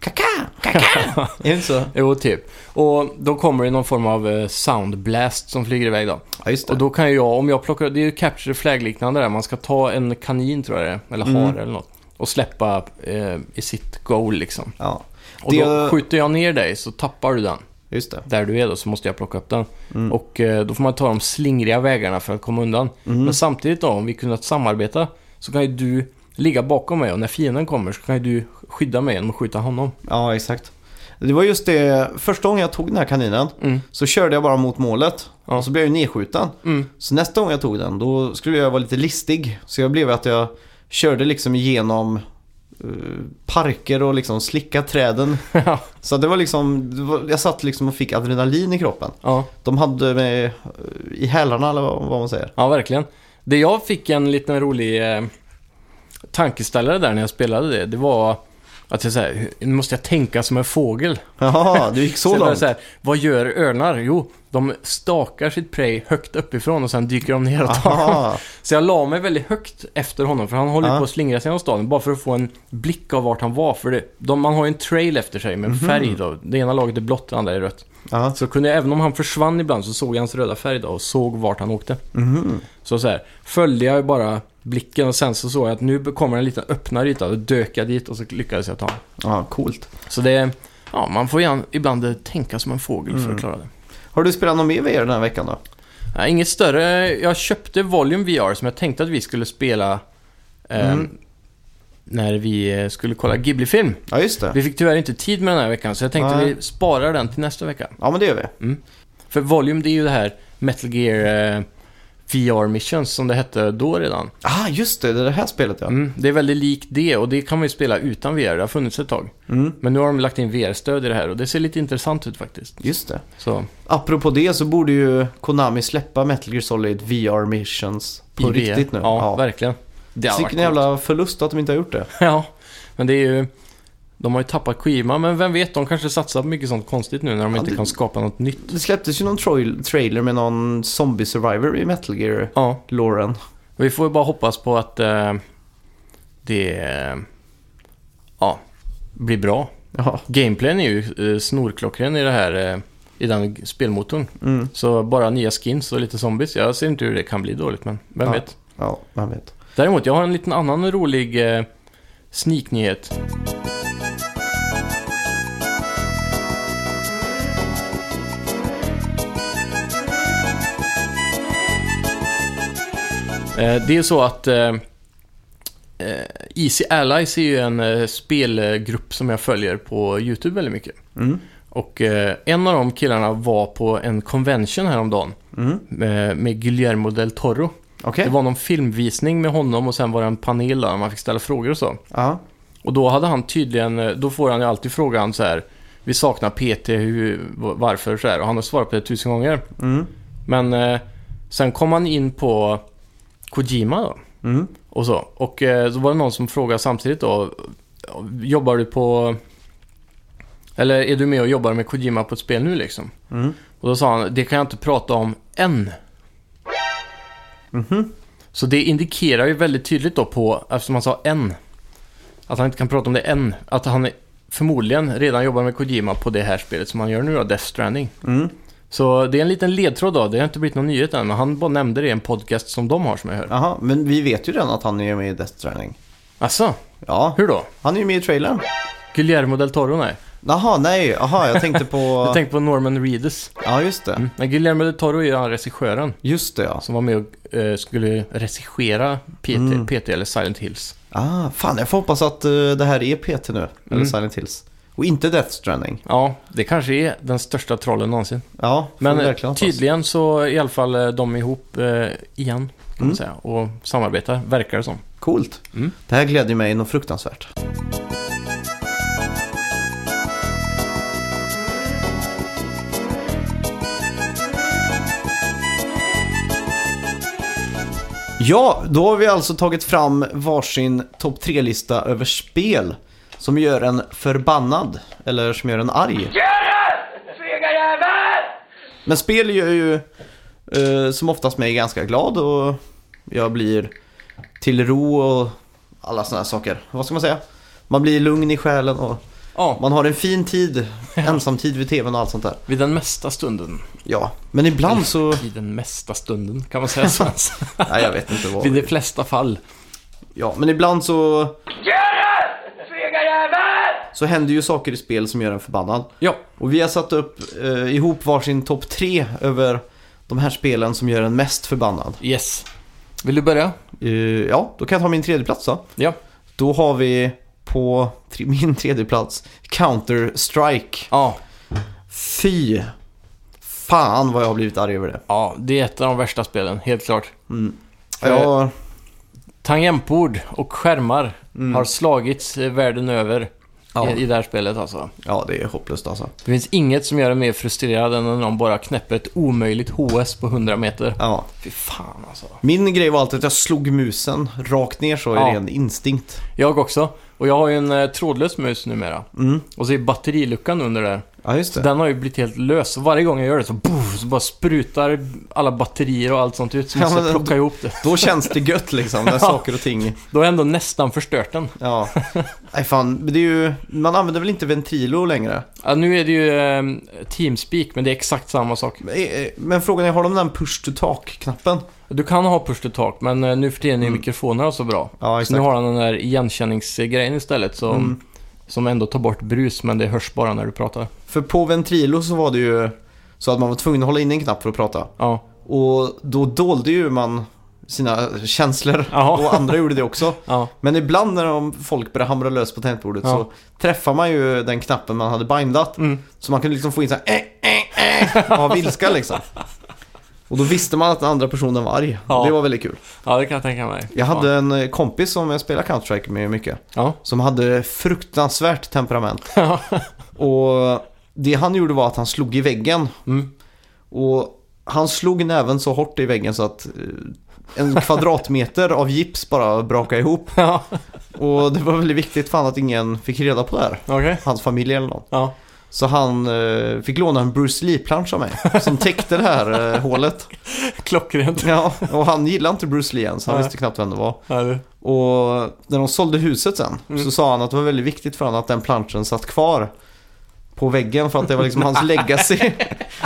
Kaka! Kaka! är det inte så? Jo, typ. Och då kommer det någon form av eh, soundblast som flyger iväg då. Ja, just det. Och då kan ju jag, om jag plockar, det är ju capture flag-liknande där, man ska ta en kanin tror jag det är, eller Mm. hare eller något. Och släppa eh, i sitt goal liksom. Ja, Och Det- då skjuter jag ner dig så tappar du den just det. där du är då, så måste jag plocka upp den. Mm. Och eh, då får man ta de slingriga vägarna för att komma undan. Mm. Men samtidigt då, om vi kunnat samarbeta så kan ju du ligga bakom mig och när fienden kommer så kan ju du skydda mig genom att skjuta honom. Ja, exakt. Det var just det, första gången jag tog den här kaninen Mm. så körde jag bara mot målet Ja. och så blev jag ju nedskjuten. Mm. Så nästa gång jag tog den, då skulle jag vara lite listig. Så jag blev att jag körde liksom igenom eh, parker och liksom slicka träden. ja. Så det var liksom, det var, jag satt liksom och fick adrenalin i kroppen. ja. De hade mig eh, i hälarna eller vad, vad man säger. Ja, verkligen. Det jag fick en liten rolig eh, tankeställare där när jag spelade det, det var Att jag så här, nu måste jag tänka som en fågel. Jaha, du gick så Sen var det långt. så här, vad gör örnar? Jo, de stakar sitt prey högt uppifrån och sen dyker de ner och tar dem. Aha. Så jag la mig väldigt högt efter honom för han håller Ja. på att slingra sig genom staden bara för att få en blick av vart han var. För det, de, man har ju en trail efter sig Mhm. med färg då. Det ena laget är blått, det andra är rött. Ja. Så kunde jag, även om han försvann ibland så såg jag hans röda färg då och såg vart han åkte. Mhm. Så så här, följde jag ju bara blicken och sen så såg jag att nu kommer en liten öppnare yta. Då dök jag dit och så lyckades jag ta honom. Ja, coolt. Så det, ja man får igen, ibland tänka som en fågel Mm. för att klara det. Har du spelat något mer VR den här veckan då? Nej, inget större. Jag köpte Volume VR som jag tänkte att vi skulle spela eh, Mm. när vi eh, skulle kolla Ghibli-film. Ja, just det. Vi fick tyvärr inte tid med den här veckan så jag tänkte Nej. vi sparar den till nästa vecka. Ja, men det gör vi. För Volume det är ju det här Metal Gear eh, VR Missions som det hette då redan. Ah, just det. Det är det här spelet ja. Mm, det är väldigt likt det och det kan man ju spela utan VR. Det har funnits ett tag. Mm. Men nu har de lagt in VR-stöd i det här och det ser lite intressant ut faktiskt. Just det. Så, Apropå det så borde ju Konami släppa Metal Gear Solid VR Missions på i VR. riktigt nu. Ja, verkligen. Det hade varit Vilken coolt. jävla förlust att de inte har gjort det. Ja, men det är ju... De har ju tappat Kojima, men vem vet, de kanske satsar på mycket sånt konstigt nu när de Ja, inte det- kan skapa något nytt. Det släpptes ju någon troi- trailer med någon zombie survivor i Metal Gear. Ja, Lauren. vi får ju bara hoppas på att eh, det... eh, ja, blir bra. Ja. Gameplayen är ju eh, snorklockren i det här... Eh, i den spelmotorn. Mm. Så bara nya skins och lite zombies. Jag ser inte hur det kan bli dåligt, men vem Ja. vet. Ja, man vet. Däremot, jag har en liten annan rolig eh, sneak-nyhet. Eh, det är så att eh, eh, Easy Allies är ju en eh, spelgrupp som jag följer på YouTube väldigt mycket. Mm. Och eh, en av de killarna var på en convention häromdagen Mm. med, med Guillermo del Toro. Okej. Det var någon filmvisning med honom och sen var det en panel där man fick ställa frågor och så. Ja. Och då hade han tydligen, eh, då får han ju alltid frågan så här, vi saknar PT, hur, varför så här. Och han har svarat på det tusen gånger. Mm. Men eh, sen kom han in på Kojima då. Mm. Och så. Och eh, så var det någon som frågade samtidigt då, jobbar du på... Eller är du med och jobbar med Kojima på ett spel nu liksom? Mm. Och då sa han, det kan jag inte prata om än. Mm-hmm. Så det indikerar ju väldigt tydligt då på, eftersom han sa än, att han inte kan prata om det än. Att han förmodligen redan jobbar med Kojima på det här spelet som han gör nu då, Death Stranding. Mm. Så det är en liten ledtråd då, det har inte blivit någon nyhet än, men han bara nämnde det i en podcast som de har som jag hör. Jaha, men vi vet ju redan att han är med i Death Stranding. Alltså, Ja, hur då? han är ju med i trailern. Guillermo del Toro, nej. Jaha, nej, aha, jag tänkte på... Jag tänkte på Norman Reedus. Ja, just det. Mm. Men Guillermo del Toro är ju han regissören Just det, ja. som var med och eh, skulle regissera PT, Mm. PT eller Silent Hills. Ah, fan, jag får hoppas att eh, det här är PT nu, eller Mm. Silent Hills. Och inte Death Stranding. Ja, det kanske är den största trollen någonsin. Ja, får Men vi eh, verkligen hoppas. tydligen så är i alla fall eh, de ihop eh, igen, kan Mm. man säga. Och samarbetar, verkar det som. Coolt. Mm. Det här glädjer mig något fruktansvärt. Ja, då har vi alltså tagit fram varsin topp 3-lista över spel som gör en förbannad, eller som gör en arg. Tjena! Svegajävel! Men spel gör ju eh, som oftast mig ganska glad och jag blir till ro och alla sådana här saker. Vad ska man säga? Man blir lugn i själen och Ja, man har en fin tid, ensamtid vid tvn och allt sånt där. vid den mesta stunden. Ja, men ibland så... Vid den mesta stunden, kan man säga så. Nej, jag vet inte vid vad. de flesta fall. Ja, men ibland så, Tjena! Svegajävel! så händer ju saker i spel som gör en förbannad. Ja, Och vi har satt upp eh, ihop varsin topp tre över de här spelen som gör en mest förbannad. yes. Vill du börja? Eh, ja, då kan jag ta min tredje plats då. Ja. Då har vi på tre, min tredje plats Counter-Strike. Ja, Fy fan vad jag har blivit arg över det. ja det är ett av de värsta spelen, helt klart. Jag, Tangentbord och skärmar har slagits eh, världen över Mm. Ja. i, i det här spelet alltså. ja, det är hopplöst alltså. Det finns inget som gör en mer frustrerad än när någon bara knäpper ett omöjligt HS på 100 meter. Ja. Fy fan alltså. Min grej var alltid att jag slog musen rakt ner så i Ja. ren instinkt. Jag också. Och jag har ju en eh, trådlös mus numera. Mm. Och så är batteriluckan under där. Ja, just Så det. den har ju blivit helt lös. Så varje gång jag gör det så, boom, så bara sprutar alla batterier och allt sånt ut. Så Ja, måste men jag den- plocka ihop det. Då känns det gött liksom, när Ja. saker och ting... Då har jag ändå nästan förstört den. Ja. Nej fan, men det är ju... Man använder väl inte Ventrilo längre? Ja, nu är det ju eh, Teamspeak, men det är exakt samma sak. Men, eh, Men frågan är, har de den push to talk-knappen? Du kan ha push to talk, men eh, nu för tiden är Mm. mikrofonerna så bra. Ja, Så nu har han den där igenkänningsgrejen istället som, Mm. som ändå tar bort brus, men det hörs bara när du pratar. För på Ventrilo så var det ju så att man var tvungen att hålla in en knapp för att prata. Ja, Och då dolde ju man sina känslor. Ja. Och andra gjorde det också. ja, Men ibland när de, folk började hamra lös på tangentbordet Ja. så träffar man ju den knappen man hade bindat. mm. Så man kunde liksom få in så här äh, äh, äh, av ilska liksom. Och då visste man att den andra personen var arg. Ja. Det var väldigt kul. ja, det kan jag tänka mig. Jag hade en eh, kompis som jag spelade Counter-Strike med mycket. Ja, Som hade fruktansvärt temperament. Ja. Och det han gjorde var att han slog i väggen. mm. Och han slog näven så hårt i väggen så att eh, en kvadratmeter av gips bara brakade ihop. ja. Och det var väldigt viktigt för han att ingen fick reda på det här. okej. Hans familj eller någon. Ja. Så han eh, fick låna en Bruce Lee-plansch av mig. Som täckte det här eh, hålet. Klockrent. Ja, och han gillade inte Bruce Lee än så han Nej. visste knappt vem det var. Ja, du. Och när de sålde huset sen Mm. så sa han att det var väldigt viktigt för honom att den planschen satt kvar på väggen för att det var liksom hans legacy.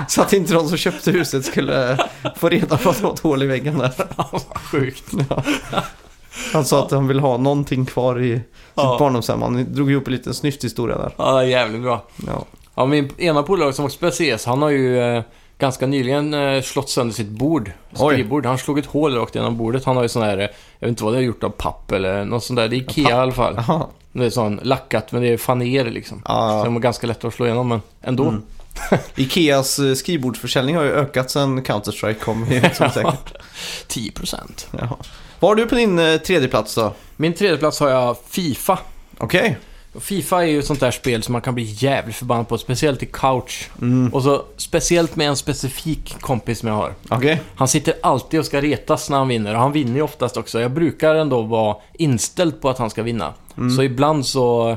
Så att inte de som köpte huset skulle få reda på att det var ett hål i väggen där. Sjukt. Ja. Han sa att han ville ha någonting kvar i sitt Ja. barndomshem. Han drog ihop en liten snyfthistoria där. Ja, jävligt bra. Ja. Ja, min ena polare som också spelar CS, han har ju eh, ganska nyligen eh, slått sönder sitt bord. Oj. Skrivbord. Han slog ett hål rakt genom bordet. Han har ju sån här, eh, jag vet inte vad det är gjort av papp eller något sånt där. Det är Ikea i alla fall. Aha. Det är sån lackat, men det är faner liksom. Så Ja. de är ganska lätta att slå igenom, men ändå. Mm. Ikeas eh, skrivbordsförsäljning har ju ökat sedan Counter-Strike kom. i- Som säkert. 10%. Ja. Vad har du på din eh, tredje plats då? Min tredje plats har jag Fifa. Okej. Och Fifa är ju ett sånt där spel som man kan bli jävligt förbannad på, speciellt i couch. Mm. Och så speciellt med en specifik kompis som jag har. Okej. Han sitter alltid och ska retas när han vinner och han vinner ju oftast också. Jag brukar ändå vara inställd på att han ska vinna. Mm. Så ibland så,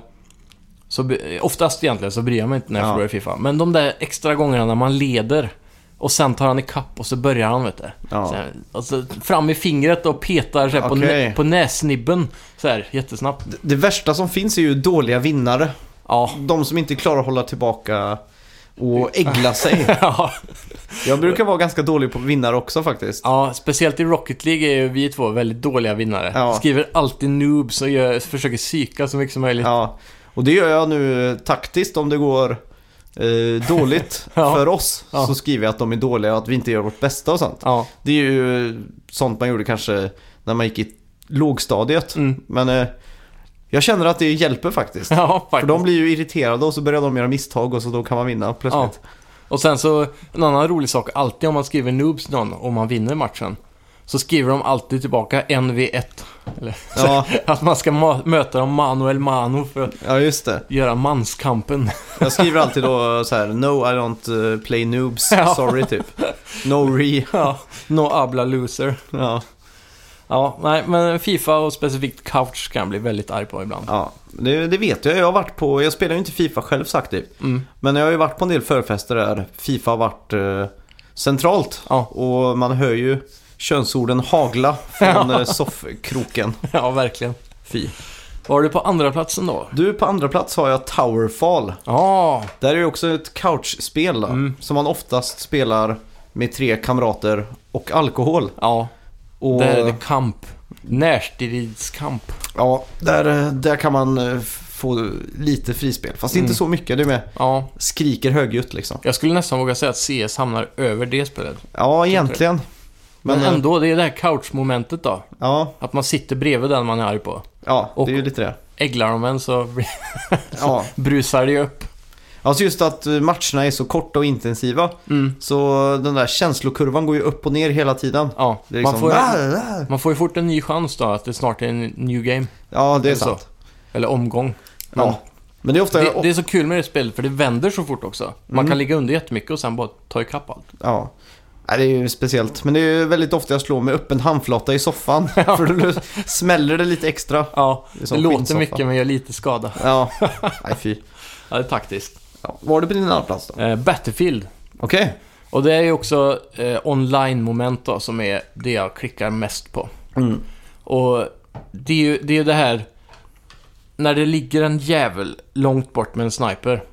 så... be- Oftast egentligen så bryr jag mig inte när jag Ja. förlorar i Fifa. Men de där extra gångerna när man leder och sen tar han ikapp och så börjar han vet du. Ja. Sen, och så alltså, fram i fingret och petar så här, på, Okej. nä, på näsnibben. Så här jättesnabbt. Det värsta som finns är ju dåliga vinnare. Ja. De som inte klarar att hålla tillbaka och äggla sig. Ja. Jag brukar vara ganska dålig på vinnare också faktiskt. ja, speciellt i Rocket League är ju vi två väldigt dåliga vinnare. Ja. Skriver alltid noobs och gör, försöker psyka så mycket som möjligt. Ja. Och det gör jag nu eh, taktiskt om det går eh, dåligt Ja. för oss. Ja. Så skriver jag att de är dåliga och att vi inte gör vårt bästa och sånt. Ja. Det är ju sånt man gjorde kanske när man gick i lågstadiet. Mm. Men eh, jag känner att det hjälper faktiskt. Ja, faktiskt. För de blir ju irriterade och så börjar de göra misstag och så då kan man vinna Ja. plötsligt. Och sen så, en annan rolig sak, alltid om man skriver noobs till någon och man vinner matchen, så skriver de alltid tillbaka NV1. Eller, Ja, att man ska ma- möta dem mano el mano för att ja just det. göra manskampen. Jag skriver alltid då så här: No I don't uh, play noobs, Ja. sorry typ. No re. ja, no abla loser. Ja. Ja, nej, men Fifa och specifikt Couch kan jag bli väldigt arg på ibland. ja. Det, det vet jag. Jag har varit på, jag spelar ju inte Fifa själv så aktivt. Mm. Men jag har ju varit på en del förfester där Fifa har varit eh, centralt. Ja. Och man hör ju könsorden hagla från ja. soffkroken. Ja, verkligen. Fy. Vad har du på andra platsen då? Du, på andra plats har jag Towerfall. Ja, Där är ju också ett couchspel då, Mm. som man oftast spelar med tre kamrater och alkohol. ja. Och... Där är det kamp. Närstridskamp. Ja, där, eh, där kan man eh, f- få lite frispel. Fast Mm. inte så mycket. Det är med Ja, skriker högljutt liksom. jag skulle nästan våga säga att CS hamnar över det spelet. Ja, egentligen. Men, Men, eh, ändå, det är det här couchmomentet då. Ja, Att man sitter bredvid den man är arg på. ja Och- det är ju lite det. Ägglar de en så blir- Ja. brusar det ju upp. Alltså just att eh, matcherna är så korta och intensiva. Mm. Så den där känslokurvan går ju upp och ner hela tiden. Ja, Det är liksom... man, får, "Ah, ah." man får ju fort en ny chans då, att det snart är en new game. Ja, det är Så. sant. Eller omgång. Men, Ja. Men Men det är ofta... Det, det är så kul med det spelet för det vänder så fort också. Man Mm. kan ligga under jättemycket och sen bara ta ikapp allt. Ja. Nej, det är ju speciellt. Men det är ju väldigt ofta jag slår med öppen handflata i soffan. För då smäller det lite extra. Ja, är det, som låter skinnsoffa. mycket men gör lite skada. Ja, nej fy. Ja, det är taktiskt. Ja. Var det på din andra plats då? Eh, Battlefield. Okej. Och det är ju också eh, online-moment då som är det jag klickar mest på. Mm. Och det är ju det, är ju det här när det ligger en jävel långt bort med en sniper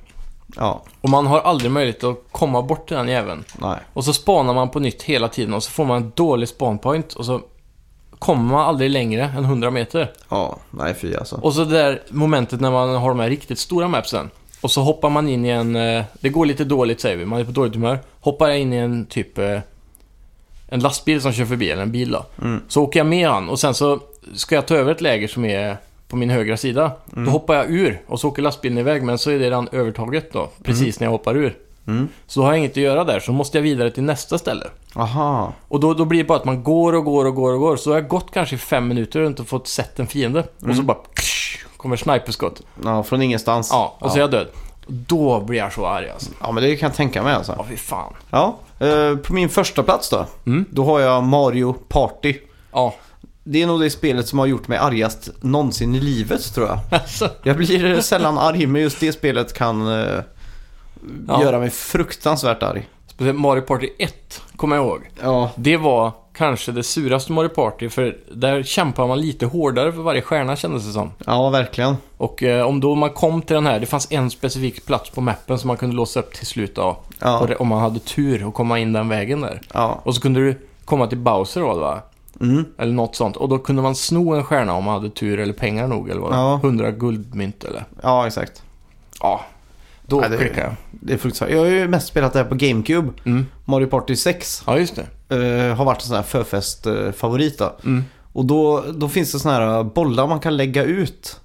Ja, och man har aldrig möjlighet att komma bort till den jäveln. nej. Och så spanar man på nytt hela tiden och så får man en dålig spawnpoint och så kommer man aldrig längre än 100 meter. Ja, nej fy alltså. Och så det där momentet när man har de här riktigt stora mapsen. Och så hoppar man in i en... eh, Det går lite dåligt säger vi, man är på dåligt humör. Hoppar in i en typ... eh, En lastbil som kör förbi, eller en bil då. Så åker jag med han och sen så ska jag ta över ett läger som är på min högra sida. Då hoppar jag ur och så åker lastbilen iväg men så är det redan övertaget då. Precis när jag hoppar ur. Mm. Så då har jag inget att göra där så måste jag vidare till nästa ställe. Aha. Och då, då blir det bara att man går och går och går och går. Så har jag gått kanske i fem minuter och inte fått sett en fiende. Och så bara kommer sniperskott. Mm. Ja, från ingenstans. Ja, och så är ja. jag död. Då blir jag så arg alltså. ja, men det kan jag tänka mig alltså. Ja, fy fan. Ja, eh, på min första plats då. Mm. Då har jag Mario Party. Ja, Det är nog det spelet som har gjort mig argast någonsin i livet tror jag. alltså. Jag blir sällan arg, men just det spelet kan eh, Ja. göra mig fruktansvärt arg. Speciellt Mario Party 1, kommer jag ihåg. Ja, Det var kanske det suraste Mario Party, för där kämpar man lite hårdare för varje stjärna kändes det som. ja verkligen. Och eh, om då man kom till den här, det fanns en specifik plats på mappen som man kunde låsa upp till slut av. Ja. Och det- Om man hade tur och komma in den vägen där. Ja, Och så kunde du komma till Bowser då, va? mm. Eller något sånt. Och då kunde man sno en stjärna om man hade tur eller pengar nog. Eller vad det var. Ja. 100 guldmynt eller... ja exakt. Ja. Då Ja, det- klickar jag. Det är fruktansvärt. Jag har ju mest spelat det här på GameCube. Mm. Mario Party 6 Ja, just det. eh, har varit en sån här förfest-favorit. Mm. och då, då finns det såna här bollar man kan lägga ut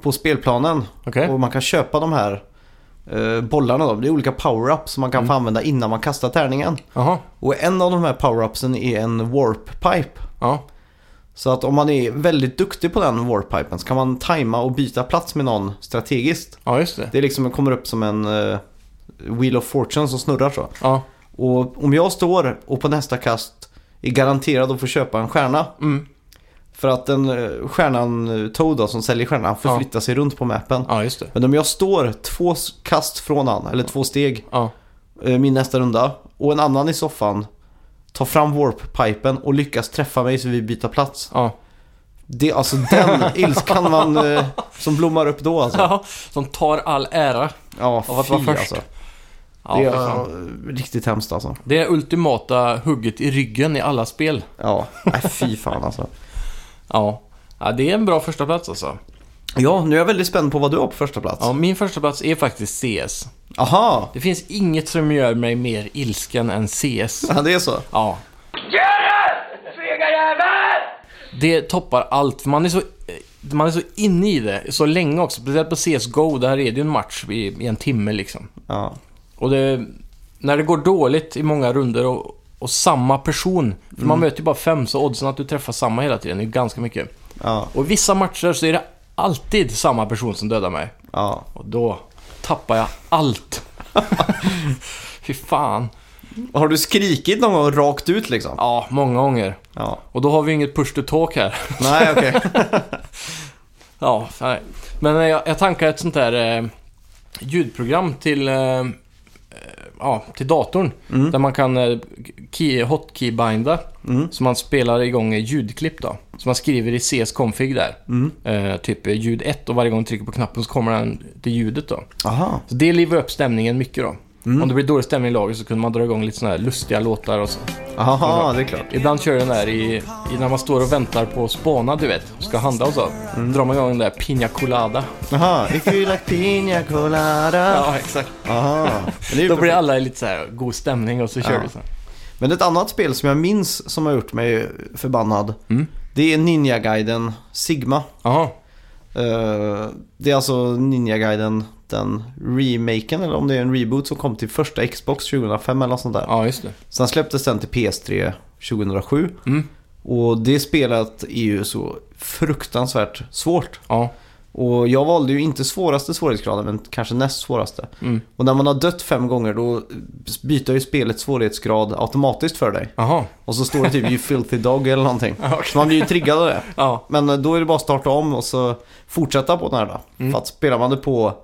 på spelplanen. Mhm. Okej. Och man kan köpa de här eh, bollarna. Då. Det är olika power-ups som man kan Mm. få använda innan man kastar tärningen. Jaha. Och en av de här power-upsen är en warp-pipe. Ja. Så att om man är väldigt duktig på den warp-pipen så kan man tajma och byta plats med någon strategiskt. ja, just det. Det är liksom, kommer upp som en eh, Wheel of Fortune som snurrar så. Ja. Och om jag står och på nästa kast är garanterad att få köpa en stjärna. Mm. För att den eh, stjärnan, eh, Toad då, som säljer stjärnan förflyttar sig runt på mappen. ja, just det. Men om jag står två s- kast från han, eller två steg, Ja. eh, min nästa runda. Och en annan i soffan tar fram warp-pipen och lyckas träffa mig så vi byter plats. Ja. Det, alltså den ilskan man, eh, som blommar upp då alltså. ja. Som tar all ära. Ja, Av att vara fy först. alltså. Ja, det för är fan. eh, riktigt hemskt alltså. det är ultimata hugget i ryggen i alla spel. Ja, nej fy fan alltså. Ja. ja, det är en bra första plats alltså. Ja, nu är jag väldigt spänd på vad du har på första plats. Ja, min första plats är faktiskt CS. Aha, Det finns inget som gör mig mer ilsken än CS. ja, det är så. Ja, Gerhard! Sega jävel! Det toppar allt, för man är så, eh, man är så inne i det så länge också. Speciellt på CSGO, där är det ju en match i, i en timme liksom. Ja, Och det, när det går dåligt i många runder och, och samma person, för Mm. man möter ju bara fem, så oddsen att du träffar samma hela tiden är ju ganska mycket. ja, Och i vissa matcher så är det alltid samma person som dödar mig. ja. Och då tappar jag allt. Fy fan. Har du skrikit någon gång rakt ut liksom? Ja, många gånger. Ja. Och då har vi ju inget push to talk här. Nej, okej. Ja, nej. Men eh, jag, jag tankade ett sånt där eh, ljudprogram till, eh, eh, ja, till datorn. Där man kan eh, key, hotkey-binda. Så man spelar igång eh, ljudklipp då. Så man skriver i CS-config där. Eh, typ eh, ljud 1 och varje gång du trycker på knappen så kommer den till ljudet då. Aha. Så det livar upp stämningen mycket då. Om det blir dålig stämning i laget så kunde man dra igång lite såna här lustiga låtar och så. Aha, det är klart. Ibland kör jag den där i, i när man står och väntar på att spana, du vet. Ska handla och så. Drar man igång den där Pina Colada. Aha, if you like piña colada. exakt. Aha. Men det är ju Då blir perfekt. alla i lite så här god stämning och så kör Ja. vi så. här. Men ett annat spel som jag minns som har gjort mig förbannad. Det är Ninja-guiden Sigma. Jaha. Eh, det är alltså Ninja-guiden, den remaken eller om det är en reboot som kom till första Xbox 2005 eller något sånt där. Ja, just det. Sen släpptes den till PS3 2007. Mm. Och det spelet är ju så fruktansvärt svårt. Ja. Och jag valde ju inte svåraste svårighetsgraden, men kanske näst svåraste. Mm. Och när man har dött fem gånger då byter ju spelet svårighetsgrad automatiskt för dig. Jaha. Och så står det typ You filthy dog eller någonting. Ja, okej. Så man blir ju triggad av det. Ja. Men eh, då är det bara att starta om och så fortsätta på den här då. Mm. För att spelar man det på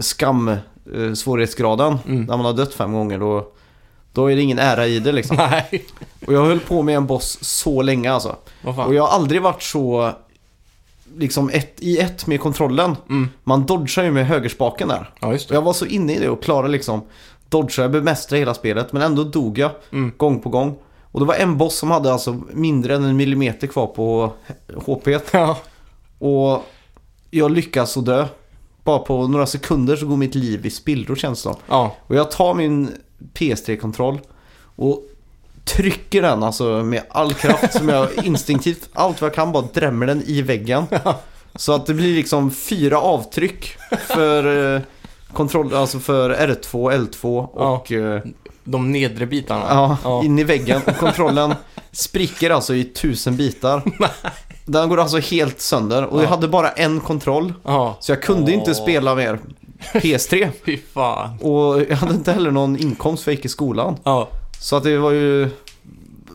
skam eh, svårighetsgraden Mm. när man har dött fem gånger då, då är det ingen ära i det liksom. Nej. Och jag höll på med en boss så länge alltså. Vad Och fan. jag har aldrig varit så liksom ett, i ett med kontrollen. Mm. Man dodgar ju med högerspaken där. Ja, just Och det. jag var så inne i det och klarade liksom dodga, jag bemästrade hela spelet men ändå dog jag Mm. gång på gång. Och det var en boss som hade alltså mindre än en millimeter kvar på HP. et. Ja. Och jag lyckas att dö. Bara på några sekunder så går mitt liv i spillror känns det som. Ja. Och jag tar min PS3-kontroll och trycker den alltså med all kraft som jag instinktivt, allt vad jag kan, bara drämmer den i väggen. Så att det blir liksom fyra avtryck för eh, kontroll, alltså för R2, L2 och eh, De nedre bitarna. ja, Ja. in i väggen. Och kontrollen spricker alltså i tusen bitar. Den går alltså helt sönder och jag Ja. hade bara en kontroll. ja. Så jag kunde inte Åh. spela mer PS3. Fy fan. Och jag hade inte heller någon inkomst för jag gick i skolan. Ja. Så att det var ju...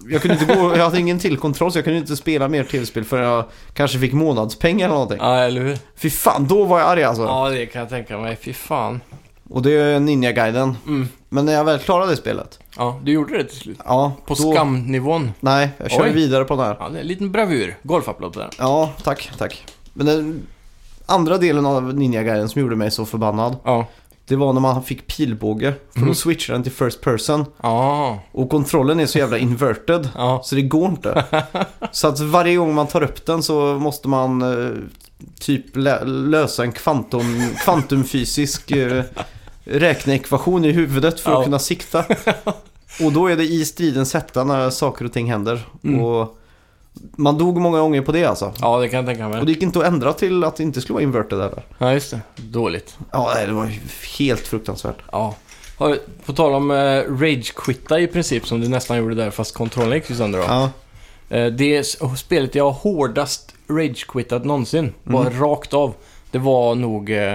Jag kunde inte gå, jag hade ingen till kontroll så jag kunde inte spela mer tv-spel förrän jag kanske fick månadspeng eller någonting. Ja, eller hur? Fy fan, då var jag arg alltså. Ja, det kan jag tänka mig. Fy fan. Och det är Ninja-guiden. Mm. Men när jag väl klarade det spelet. Ja, du gjorde det till slut. Ja, På då, skamnivån. Nej, jag kör Oj. vidare på den här. Ja, det är en liten bravur. Golfapplåd där. Ja, tack, tack. Men den andra delen av Ninja-guiden som gjorde mig så förbannad. Ja. Det var när man fick pilbåge. För Mm. då switchade den till first person. Ja. Och kontrollen är så jävla inverted. Ja. Så det går inte. Så att varje gång man tar upp den så måste man eh, typ lä- lösa en kvantum, kvantumfysisk eh, räkneekvation i huvudet för Ja. att kunna sikta. Och då är det i stridens hetta när saker och ting händer. Mm. Och man dog många gånger på det alltså. Ja, det kan jag tänka mig. Och det gick inte att ändra till att det inte skulle vara inverted eller? Ja, just det. Dåligt. Ja, nej, det var ju helt fruktansvärt. Ja. Har, på tal om eh, rage-quitta i princip, som du nästan gjorde där, fast kontrollen gick ju sönder då. Ja, Eh, det s- spelet jag har hårdast rage-quittat någonsin, bara Mm. rakt av, det var nog... Eh,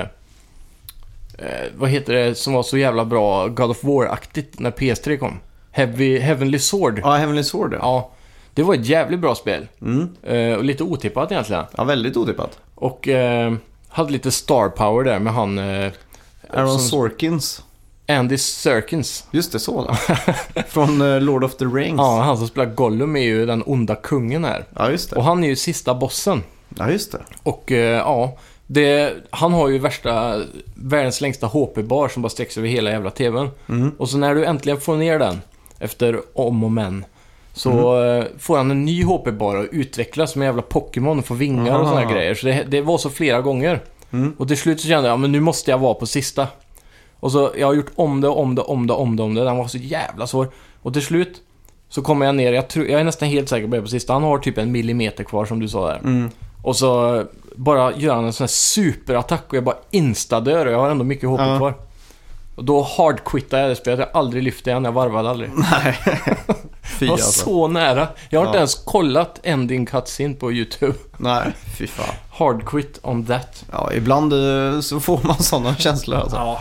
eh, vad heter det som var så jävla bra God of War-aktigt när PS3 kom? Heavy, Heavenly Sword. ja Heavenly Sword ja. Ja. Det var ett jävligt bra spel. Mm. Eh, och lite otippat egentligen. Ja, väldigt otippat. Och eh, hade lite star power där med han... Eh, Aaron som- Sorkins. Andy Serkins. Just det, så då. Från eh, Lord of the Rings. Ja, han som spelar Gollum är ju den onda kungen här. Ja, just det. Och han är ju sista bossen. Ja, just det. Och eh, ja, det, han har ju värsta, världens längsta HP-bar som bara sträcks över hela jävla TVn. Och så när du äntligen får ner den, efter om och men, så eh, får han en ny HP-bar och utvecklas som en jävla Pokémon och får vingar och såna Aha. här grejer. Så det, det var så flera gånger. Och till slut så kände jag, men nu måste jag vara på sista. Och så, jag har gjort om det, om det, om det, om det, om det. Den var så jävla svår. Och till slut så kommer jag ner, jag, tror, jag är nästan helt säker på det på sista. Han har typ en millimeter kvar som du sa där. Mm. Och så bara gör han en sån här superattack och jag bara instadör och jag har ändå mycket HP Ja. kvar. Och då hardquittade jag det spelet. Jag har aldrig lyft det igen, jag varvade aldrig. Nej. Fy Jag var alltså. så nära. Jag har inte Ja. ens kollat Ending Cutscene på YouTube. Nej, fy fan. Hardquit on that. Ja, ibland eh, så får man sådana känslor alltså.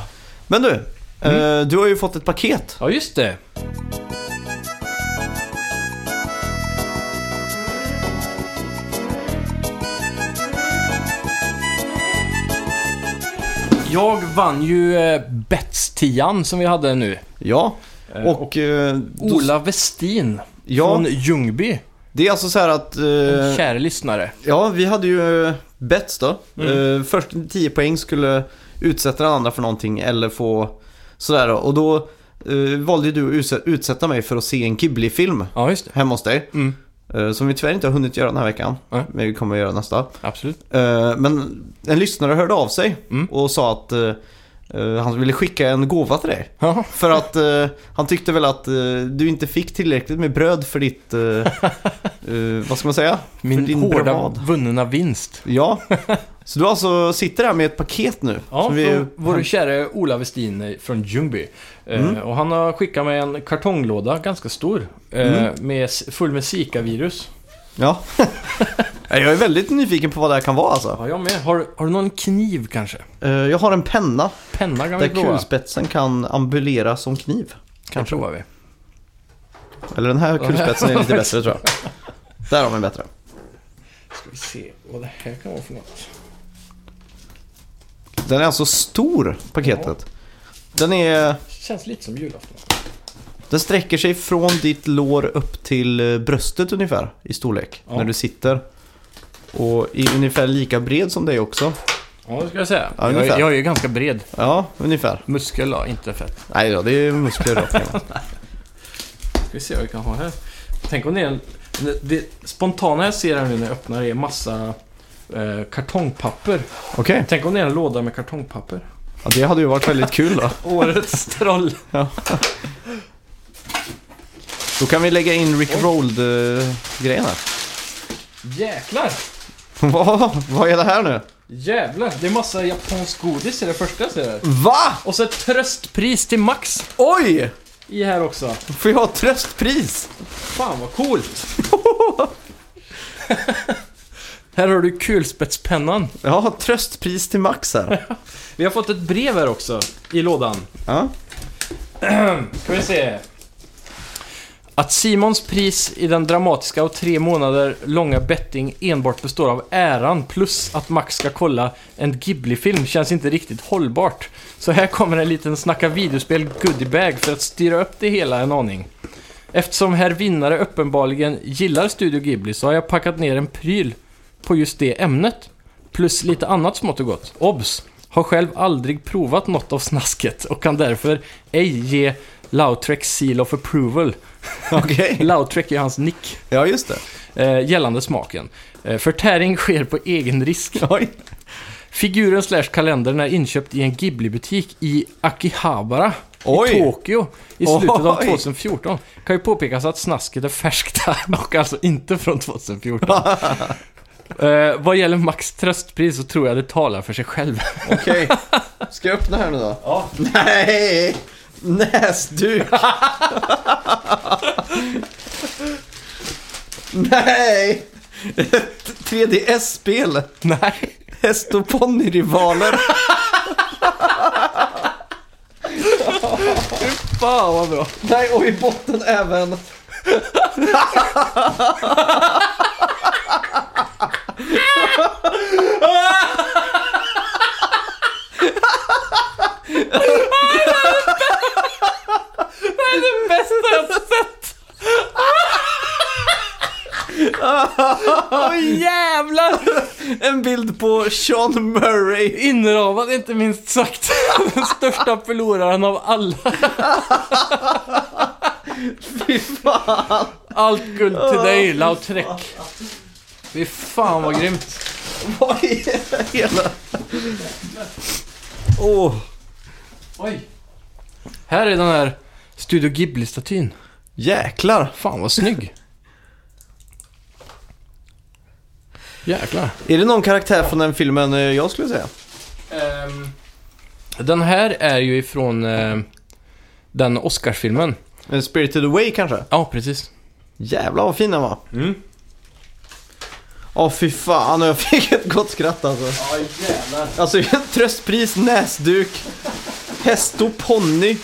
Men du, Mm. eh, du har ju fått ett paket. Ja, just det. Jag vann ju eh, Bets-tian som vi hade nu. Ja. Och eh, då, Ola Westin Ja. från Ljungby. det är alltså så här att... En Eh, kär lyssnare. ja, vi hade ju eh, bets då. Mm. Eh, först 10 poäng skulle utsätta den andra för någonting eller få sådär då. Och då eh, valde du att utse- utsätta mig för att se en Ghibli-film Ja, just det. hemma hos dig. Mm. Eh, Som vi tyvärr inte har hunnit göra den här veckan. Nej. Men vi kommer att göra nästa. Absolut. Eh, Men en lyssnare hörde av sig Mm. och sa att eh, eh, han ville skicka en gåva till dig. Ja, För att eh, han tyckte väl att eh, du inte fick tillräckligt med bröd för ditt... eh, eh, vad ska man säga? för min din hårda bröd. vunna vinst. Ja. Så du alltså sitter här med ett paket nu. Ja, som från vår käre Ola Westin eh, från Ljungby. Eh, och han Mm. har skickat mig en kartonglåda, ganska stor, eh, med, s- full med Zika-virus. Ja. Nej, jag är väldigt nyfiken på vad det här kan vara alltså. Ja, jag med. Har, har du någon kniv kanske? Eh, Jag har en penna Penna kan vi där prova. kulspetsen kan ambulera som kniv. Kan prova vi. Eller den här kulspetsen är lite bättre tror jag. Där har vi en bättre. Ska vi se vad det här kan vara för något. Den är alltså stor, paketet. Den, är, Känns lite som julafton. den sträcker sig från ditt lår upp till eh, bröstet ungefär i storlek. Ja. När du sitter. Och är ungefär lika bred som dig också. Ja, det ska jag säga. Ja, jag, ungefär. jag är ju ganska bred. Ja, ungefär. Muskel, ja, inte fett. Nej då, det är muskler då. kan man. Ska vi se vad vi kan ha här. Tänk om det är en... Det spontana jag ser här nu när jag öppnar är massa eh, kartongpapper. Okej, Tänk om det är en låda med kartongpapper. ja, det hade ju varit väldigt kul då. Årets troll. Då kan vi lägga in Rick Rolled-grejen här. Jäklar! Vad- Vad är det här nu? Jävlar! Det är massa japansk godis i det första jag ser här. Va? Och så ett tröstpris till Max Oj! i här också. Får jag ha tröstpris? Fan vad coolt! här har du kulspetspennan. Jag har tröstpris till Max här. Vi har fått ett brev här också, i lådan. Ja. Ska vi se. Att Simons pris i den dramatiska och tre månader långa betting enbart består av äran plus att Max ska kolla en Ghibli-film känns inte riktigt hållbart. Så här kommer en liten snacka videospel goodiebag för att styra upp det hela en aning. Eftersom herr vinnare uppenbarligen gillar Studio Ghibli så har jag packat ner en pryl på just det ämnet. Plus lite annat smått och gott. Obs! Har själv aldrig provat något av snasket och kan därför ej ge Lautrec Seal of Approval. Okej. Lautrec är hans nick Ja, just det. eh, gällande smaken. Eh, förtäring sker på egen risk. Oj. Figuren slash kalendern är inköpt i en Ghibli-butik i Akihabara i Oj. Tokyo i slutet av Oj. 2014. Kan ju påpekas att snasket är färskt där och alltså inte från 2014. eh, vad gäller Max tröstpris så tror jag det talar för sig själv. Okej. Ska jag öppna här nu då? Ja. Nej! Näsduk! Nej! Ett 3DS-spel. Nej. Häst och ponnyrivaler. Fan vad bra. Nej, och i botten även... Det bästa jag sett. Åh jävlar! En bild på Sean Murray. Inravad inte minst sagt. Den största förloraren av alla. Fy fan. Allt guld till dig, Lautrec. Fy fan vad grymt. Vad är det hela? Åh. Oj. Här är den här Studio Ghibli-statyn. Jäklar. Fan vad snygg. Jäklar. Är det någon karaktär från den filmen eh, jag skulle säga? Ehm. Den här är ju ifrån eh, den Oscarsfilmen. Eh, Spirited Away kanske? Ja, precis. Jävlar vad fin den var. Mm. Åh fy fan, jag fick ett gott skratt alltså. Ja, jävlar. Alltså tröstpris, näsduk, häst och ponny,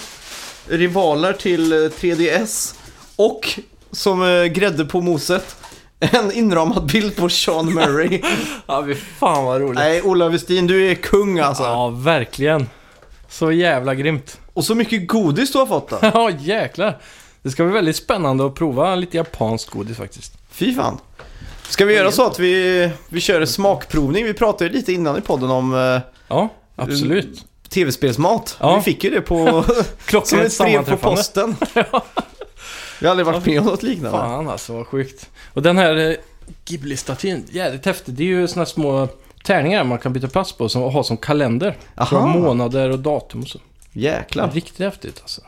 rivaler till eh, 3DS och som eh, grädde på moset, en inramad bild på Sean Murray. Ja, fy fan vad roligt. Nej, Ola Westin, du är kung alltså. Ja, verkligen. Så jävla grymt. Och så mycket godis du har fått då. Ja, jäklar. Det ska bli väldigt spännande att prova lite japansk godis faktiskt. Fy fan. Ska vi göra så att vi, vi kör en smakprovning? Vi pratade ju lite innan i podden om eh, Mm. Ja, absolut. tv-spelsmat. Ja. Vi fick ju det på, som Klockrent ett brev på sammanträffande. posten. Jag har aldrig varit med om något liknande. Fan alltså, vad sjukt. Och den här eh, Ghibli-statyn, jävligt häftig. Det är ju såna här små tärningar man kan byta plats på som, och ha som kalender. Aha. Från månader och datum och så. Jäklar. Riktigt häftigt alltså.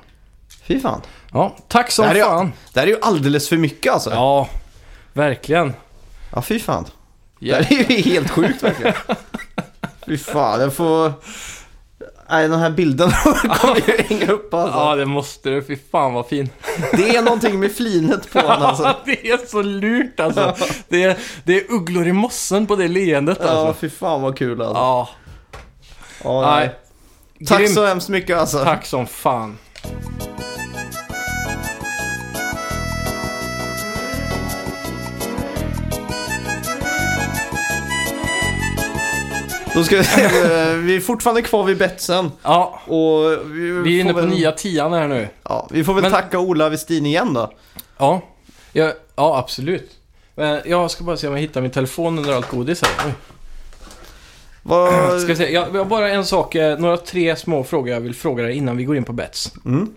Fy fan. Ja, tack som Det här, är, fan. ju- det här är ju alldeles för mycket alltså. Ja, Ja, verkligen. fy fan. Ja. Det här är ju helt sjukt verkligen. fy fan, jag får... Nej, den här bilden kommer ju hänga upp alltså. Ja, det måste du. Fy fan vad fin. Det är någonting med flinet på den alltså. det är så lurt alltså. Det är, det är ugglor i mossen på det leendet Ja, alltså. fy fan vad kul alltså. Ja, Ja, nej. nej. Tack Grymt. så hemskt mycket alltså. Tack som fan. Då ska vi, eh, vi är fortfarande kvar vid Betsen. Ja, Och vi, vi är inne får på väl, nya tian här nu. Ja, vi får väl Men- tacka Ola Westin igen då. Ja, ja, ja absolut. Men jag ska bara se om jag hittar min telefon under allt godis här. Oj. Vad- Ska vi se, jag, jag har bara en sak, eh, några tre små frågor jag vill fråga dig innan vi går in på bets. Mm.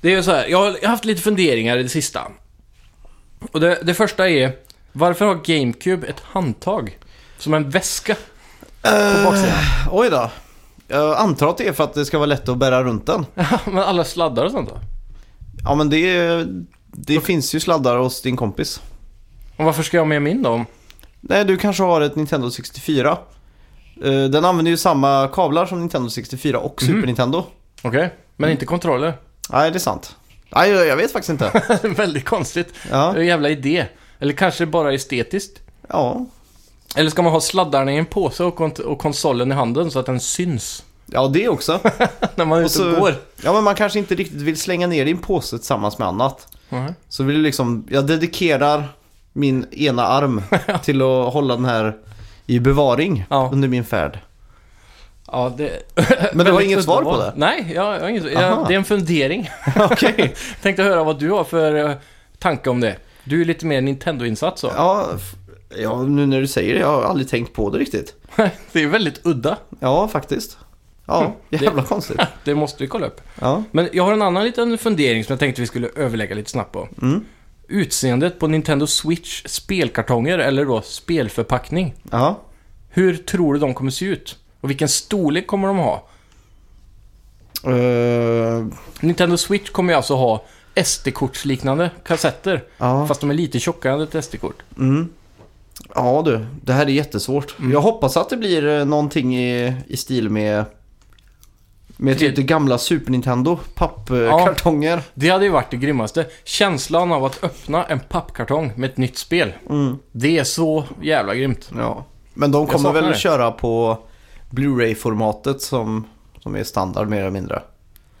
Det är ju så här, jag har, jag har haft lite funderingar i det sista. Och det, det första är, varför har GameCube ett handtag? Som en väska på Eh, baksidan. oj då. Jag antar att det är för att det ska vara lätt att bära runt den. Men alla sladdar och sånt då? Ja, men det, det finns ju sladdar hos din kompis. Och varför ska jag ha med min då? Nej, du kanske har ett Nintendo 64. Eh, Den använder ju samma kablar som Nintendo 64 och Mhm. Super Nintendo. Okej, men inte kontroller. Nej, det är sant. Nej, jag jag vet faktiskt inte. Väldigt konstigt. Det är Ja, en jävla idé. Eller kanske bara estetiskt. ja. Eller ska man ha sladdarna i en påse och, kont- och konsolen i handen så att den syns ja det också. när man är Och ute så- och går? Ja, men man kanske inte riktigt vill slänga ner din påse tillsammans med annat. Mhm. Så vill du liksom, jag dedikerar min ena arm till att hålla den här i bevaring Ja. under min färd. Ja, det... Men du har Väldigt inget svar på underbart. det? Nej, jag, jag har inget Aha. jag, Det är en fundering. Okej. Tänkte höra vad du har för eh, tanke om det. Du är lite mer Nintendo-insatt så. Ja, f- ja, nu när du säger det, jag har aldrig tänkt på det riktigt. det är väldigt udda. Ja, faktiskt. Ja, jävla konstigt. Mm. Det måste vi kolla upp. Ja. Men jag har en annan liten fundering som jag tänkte vi skulle överlägga lite snabbt på. Mm. Utseendet på Nintendo Switch spelkartonger eller då spelförpackning. Ja. Hur tror du de kommer se ut? Och vilken storlek kommer de ha? Eh, Nintendo Switch kommer ju alltså ha SD-kortsliknande kassetter. ja. Fast de är lite tjockare än ett SD-kort. Mm. Ja du, det här är jättesvårt. Mm. Jag hoppas att det blir eh, någonting i, i stil med med typ det gamla Super Nintendo Ja. pappkartonger. Det hade ju varit det grymmaste. Känslan av att öppna en pappkartong med ett nytt spel. Mm. Det är så jävla grymt. Ja. Men de kommer saknar väl det. köra på Blu-ray-formatet som, som är standard mer eller mindre.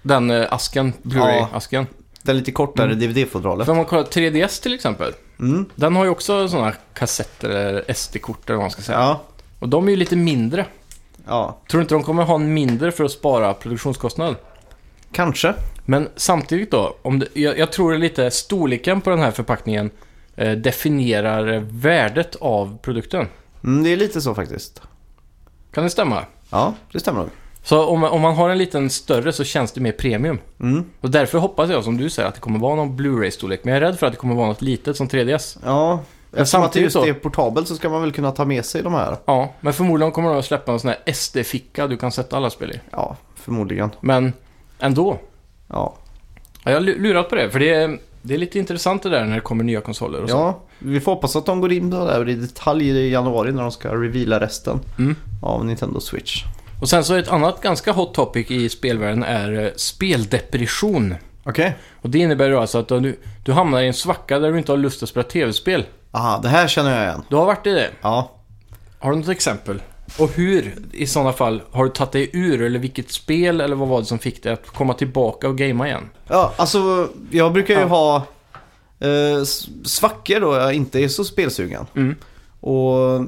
Den eh, asken, Blu-ray-asken. Den lite kortare Mm. DVD-fodralet. För om man kollar 3DS till exempel. Mm. Den har ju också sådana kassetter eller SD-kort eller vad man ska säga. Ja. Och de är ju lite mindre. ja, Tror du inte de kommer ha en mindre för att spara produktionskostnad? kanske. Men samtidigt då, om det, jag, jag tror det är lite storleken på den här förpackningen eh, definierar eh, värdet av produkten. Mm, det är lite så faktiskt. Kan det stämma? Ja, det stämmer nog. Så om, om man har en liten större så känns det mer premium. Mm. Och därför hoppas jag som du säger att det kommer vara någon Blu-ray-storlek. Men jag är rädd för att det kommer vara något litet som 3DS. Ja, eftersom att det samtidigt just då- är portabelt så ska man väl kunna ta med sig de här. Ja, men förmodligen kommer de att släppa en sån här SD-ficka du kan sätta alla spel i. Ja, förmodligen. Men ändå. Ja, Ja, jag har lu- lurat på det, för det är, det är lite intressant det där när det kommer nya konsoler och så. ja vi får hoppas att de går in på det här i detalj i januari när de ska reveala resten Mm. av Nintendo Switch. Och sen så ett annat ganska hot topic i spelvärlden är eh, speldepression. Okej. Och det innebär ju alltså att du, du hamnar i en svacka där du inte har lust att spela tv-spel. Aha, det här känner jag igen. Du har varit i det. Ja. Har du något exempel? Och hur, i sådana fall, har du tagit dig ur? Eller vilket spel, eller vad var det som fick dig att komma tillbaka och gamea igen? Ja, alltså jag brukar ju Ja. ha eh, s- svackor då jag inte är så spelsugen. Mm. Och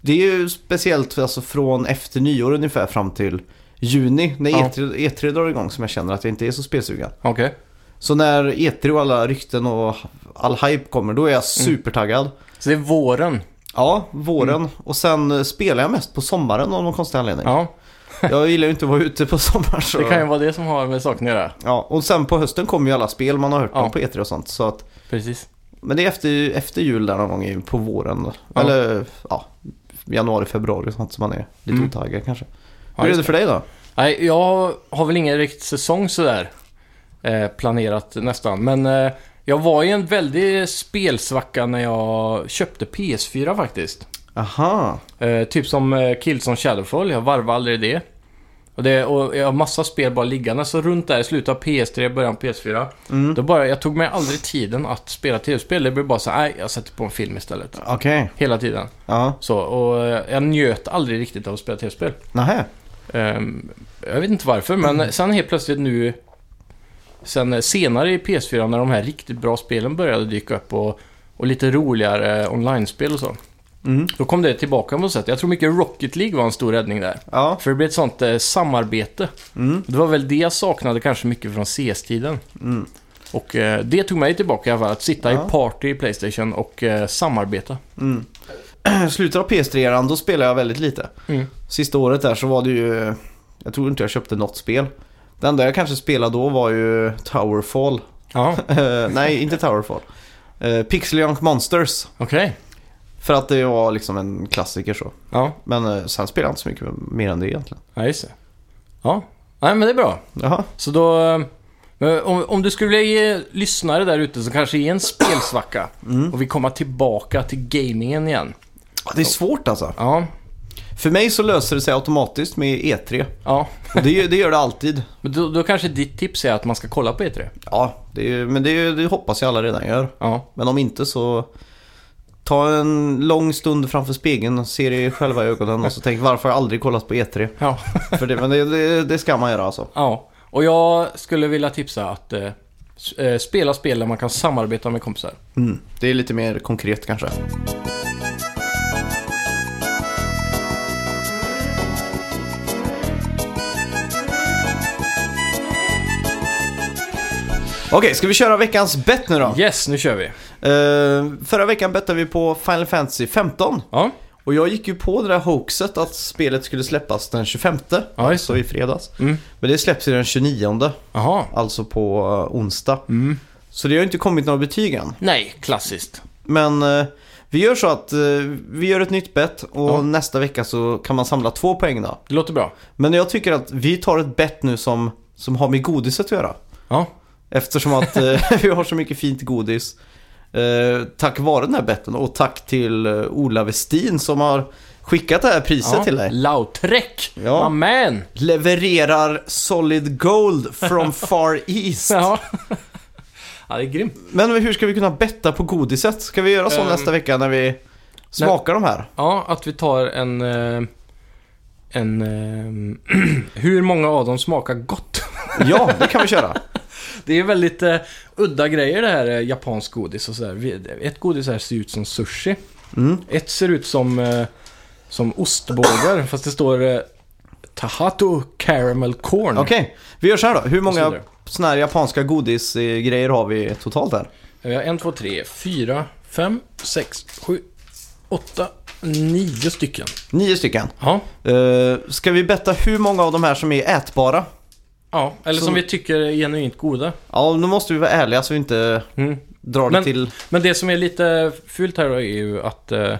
det är ju speciellt alltså, från efter nyår ungefär fram till juni när E Ja. E3, E3 drar igång som jag känner att jag inte är så spelsugen. Okej. Så när E3 och alla rykten och all hype kommer då är Mm. jag supertaggad. Så det är våren. Ja, våren. Och sen eh, spelar jag mest på sommaren av någon konstig anledning. Mm. Ja, Jag gillar ju inte att vara ute på sommaren. Så... det kan ju vara det som har med saken att göra. Ja, och sen på hösten kommer ju alla spel man har hört Ja. om på E3 och sånt. Så att... Precis. Men det är efter, efter jul där någon gång i- på våren. Ja. Eller ja, januari, februari och sånt som man är lite Mm. otaggad kanske. Ja, Hur är just det för dig då? Nej, jag har väl ingen riktigt säsong sådär eh, planerat nästan. Men eh, jag var i en väldig spelsvacka när jag köpte PS4 faktiskt. Aha, Eh, typ som eh, Killzone Shadowfall, jag varvade aldrig det. Och Och, det, och jag har massa spel bara liggande, så runt där i slutet av PS3, början av PS4. Då bara, jag tog mig aldrig tiden att spela tv-spel. Det blev bara så här, nej, jag sätter på en film istället. Okej. Hela tiden. Ja. Så, och eh, jag njöt aldrig riktigt av att spela tv-spel. Nähä. Ehm, jag vet inte varför, Mm. men sen helt plötsligt nu... Sen senare i PS4 när de här riktigt bra spelen började dyka upp och, och lite roligare eh, online-spel och så. Mm. Då kom det tillbaka på något sätt. Jag tror mycket Rocket League var en stor räddning där. Ja. För det blev ett sånt eh, samarbete. Mm. Det var väl det jag saknade kanske mycket från CS-tiden. Och eh, det tog mig tillbaka i alla fall, att sitta Ja. i party i Playstation och eh, samarbeta. Mm. Slutet av PS3-eran, då spelade jag väldigt lite. Mm. Sista året där så var det ju... Jag tror inte jag köpte något spel. Det enda jag kanske spelade då var ju Towerfall. Ja, Eh, nej, inte Towerfall. Uh, Pixel Junk Monsters. okej. För att det var liksom en klassiker så. Ja, Men eh, sen spelade jag inte så mycket mer än det egentligen. ja, just det. Ja, nej men det är bra. Jaha. Så då... eh, men Om, om du skulle vilja ge lyssnare där ute som kanske är en spelsvacka Mm. och vill komma tillbaka till gamingen igen. Ja, Det är svårt alltså. Ja, För mig så löser det sig automatiskt med E3. ja. Och det, det gör det alltid. Men då, då kanske ditt tips är att man ska kolla på E E3. Ja, det är, ju- men det, är ju- det hoppas jag alla redan gör. Ja, Men om inte så ta en lång stund framför spegeln och se dig själva i ögonen och så tänk varför har jag aldrig kollat på E3? ja, För det, men det, det, det ska man göra alltså. ja. Och jag skulle vilja tipsa att eh, s- eh, spela spel där man kan samarbeta med kompisar. Mm. Det är lite mer konkret kanske. Okej, ska vi köra veckans bett nu då? Yes, nu kör vi. Eh, förra veckan bettade vi på Final Fantasy 15. Ja, Och jag gick ju på det där hoaxet att spelet skulle släppas den 25. Ja, just alltså i fredags. Mm. Men det släpps ju den 29. jaha. Alltså på eh, onsdag. Mm. Så det har ju inte kommit några betyg än. Nej, klassiskt. Men eh, vi gör så att eh, vi gör ett nytt bett och Ja. nästa vecka så kan man samla två poäng då. Det låter bra. Men jag tycker att vi tar ett bett nu som, som har med godis att göra. Ja, Eftersom att eh, vi har så mycket fint godis. Eh, tack vare den här betten och tack till eh, Ola Westin som har skickat det här priset ja. till dig. Lautrec! Ja. Amen! Levererar solid gold from far east. Ja. ja, det är grymt. Men hur ska vi kunna betta på godiset? Ska vi göra så Ehm, nästa vecka när vi smakar de här? Ja, att vi tar en... eh, En... eh, hur många av dem smakar gott? Ja, det kan vi köra. Det är väldigt eh, udda grejer det här eh, japansk godis och sådär. Vi- Ett godis här ser ut som sushi. Mm. Ett ser ut som, eh, som ostbågar, fast det står eh, Tahato Caramel Corn. Okej, vi gör så här då. Hur Mm. Vad många säger såna här japanska godisgrejer har vi totalt här? Vi har en, två, tre, fyra, fem, sex, sju, åtta, nio stycken. Nio stycken. Ja. Uh, ska vi betta hur många av de här som är ätbara? ja eller Så- som vi tycker är genuint goda. Ja, nu måste vi vara ärliga så vi inte Mm. drar det Men- till... Men det som är lite fult här då är ju att eh,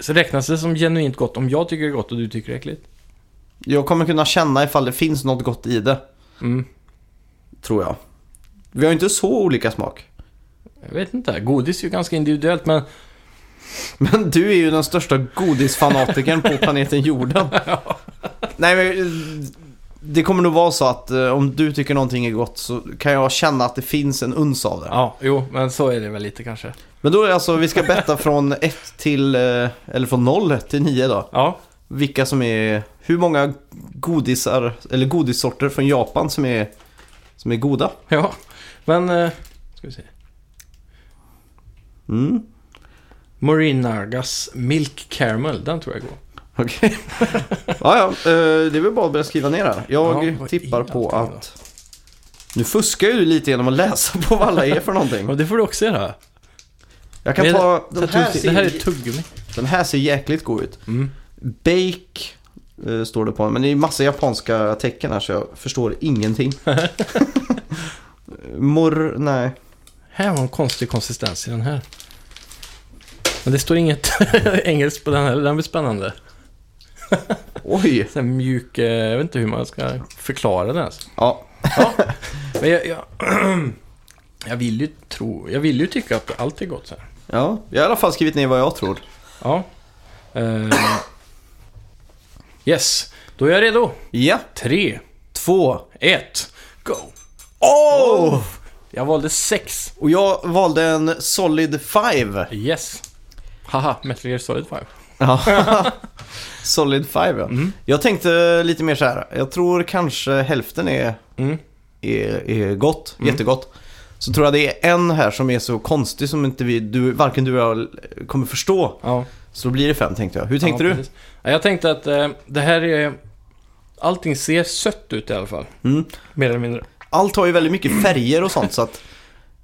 så räknas det som genuint gott om jag tycker det är gott och du tycker det är äckligt? Jag kommer kunna känna ifall det finns något gott i det, Mm. tror jag. Vi har ju inte så olika smak. Jag vet inte, godis är ju ganska individuellt men Men du är ju den största godisfanatikern på planeten jorden. Nej, men eh, det kommer nog vara så att eh, om du tycker någonting är gott så kan jag känna att det finns en uns av det. ja, jo, men så är det väl lite kanske. Men då är det alltså, vi ska betta från 1 till, eh, eller från 0 till 9 då. Ja, Vilka som är, hur många godisar, eller godissorter från Japan som är, som är goda. ja. Men, eh, ska vi se. Mm, Morinagas Milk Caramel, den tror jag går. okej. ja, ja, eh, det är väl bara att börja skriva ner här. Jag Ja, vad tippar är på allting då? att... Nu fuskar jag ju lite genom att läsa på vad alla är för någonting. Och det får du också göra. Jag kan Men- ta... Den här det här är ser, tuggummi. den här ser jäkligt god ut. Mm. Bake eh, står det på men det är massa japanska tecken här så jag förstår ingenting. Eh, Mor... Nej. Här var en konstig konsistens i den här. Men det står inget engelskt på den här, den blir spännande. Oj! Så här mjuk, eh, jag vet inte hur man ska förklara den ens. Ja. Men jag, jag, jag vill ju tro, jag vill ju tycka att allt är gott så här. ja, jag har i alla fall skrivit ner vad jag tror. Ja. Eh, yes, Då är jag redo. Ja, Tre, två. ett, go! Oh! Jag valde sex. Och jag valde en Solid 5. Yes. Haha, Metal Gear Solid 5. Ja. Solid 5 ja. Mm. Jag tänkte lite mer så här. Jag tror kanske hälften är, Mm. är, är gott, jättegott. Så tror jag det är en här som är så konstig som inte vi, du, varken du eller jag kommer förstå. Ja. Så då blir det fem tänkte jag. Hur tänkte ja, du? precis. Ja, Jag tänkte att eh, det här är... Allting ser sött ut i alla fall. Mm. Mer eller mindre. Allt har ju väldigt mycket färger och sånt så att...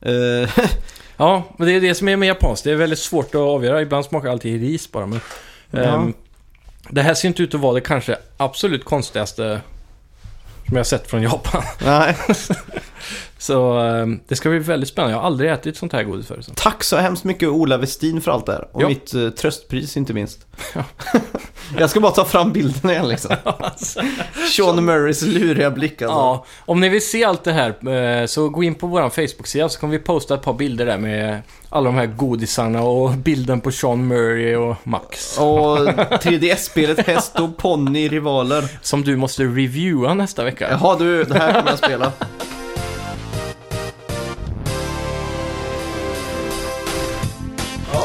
eh, Ja, men det är det som är med japanskt. Det är väldigt svårt att avgöra. Ibland smakar alltid ris bara. Men, ehm, det här ser inte ut att vara det kanske absolut konstigaste som jag har sett från Japan. nej. Så ehm, det ska bli väldigt spännande. Jag har aldrig ätit sånt här godis förut. så. Tack så hemskt mycket Ola Westin för allt det här. Och Ja. mitt eh, tröstpris inte minst. jag ska bara ta fram bilden igen liksom. Sean Murrays luriga blick alltså. Alltså, Ja, om ni vill se allt det här eh, så gå in på vår Facebook-sida så kommer vi posta ett par bilder där med alla de här godisarna och bilden på Sean Murray och Max. Och 3DS-spelet Häst och Ponny Rivaler. Som du måste reviewa nästa vecka. Jaha du, det här kommer jag spela.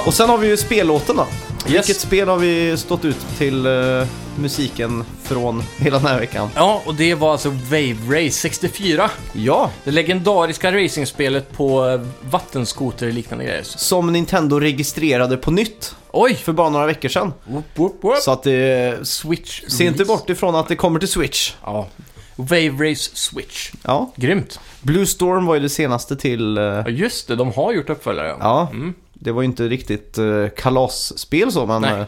Och sen har vi ju spellåten då. Vilket spel har vi stått ut till eh, musiken från hela den här veckan? Ja, och det var alltså Wave Race 64. Ja, Det legendariska racingspelet på eh, vattenskoter och liknande grejer. Så- som Nintendo registrerade på nytt Oj! för bara några veckor sedan. Whoop, whoop, whoop. Så att det... Switch. Se inte release. bort ifrån att det kommer till Switch. Ja. Wave Race Switch. Ja. Grymt. Blue Storm var ju det senaste till... eh, Ja, just det. De har gjort uppföljare. Ja, Mm. det var ju inte riktigt eh, kalasspel så, men... Nej. eh,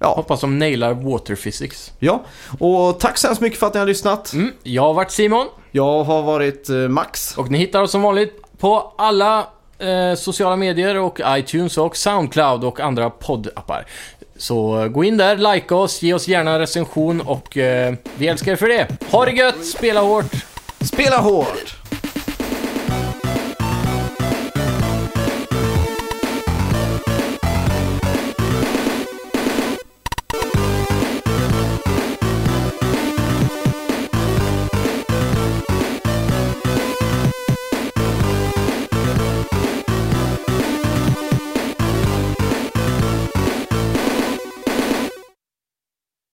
Ja, Hoppas de nailar Water Physics. ja. Och tack så hemskt mycket för att ni har lyssnat. Mm. Jag har varit Simon. Jag har varit eh, Max. Och ni hittar oss som vanligt på alla eh, sociala medier och iTunes och Soundcloud och andra poddappar. Så eh, gå in där, likea oss, ge oss gärna en recension och eh, vi älskar er för det. Ha det gött, spela hårt! Spela hårt!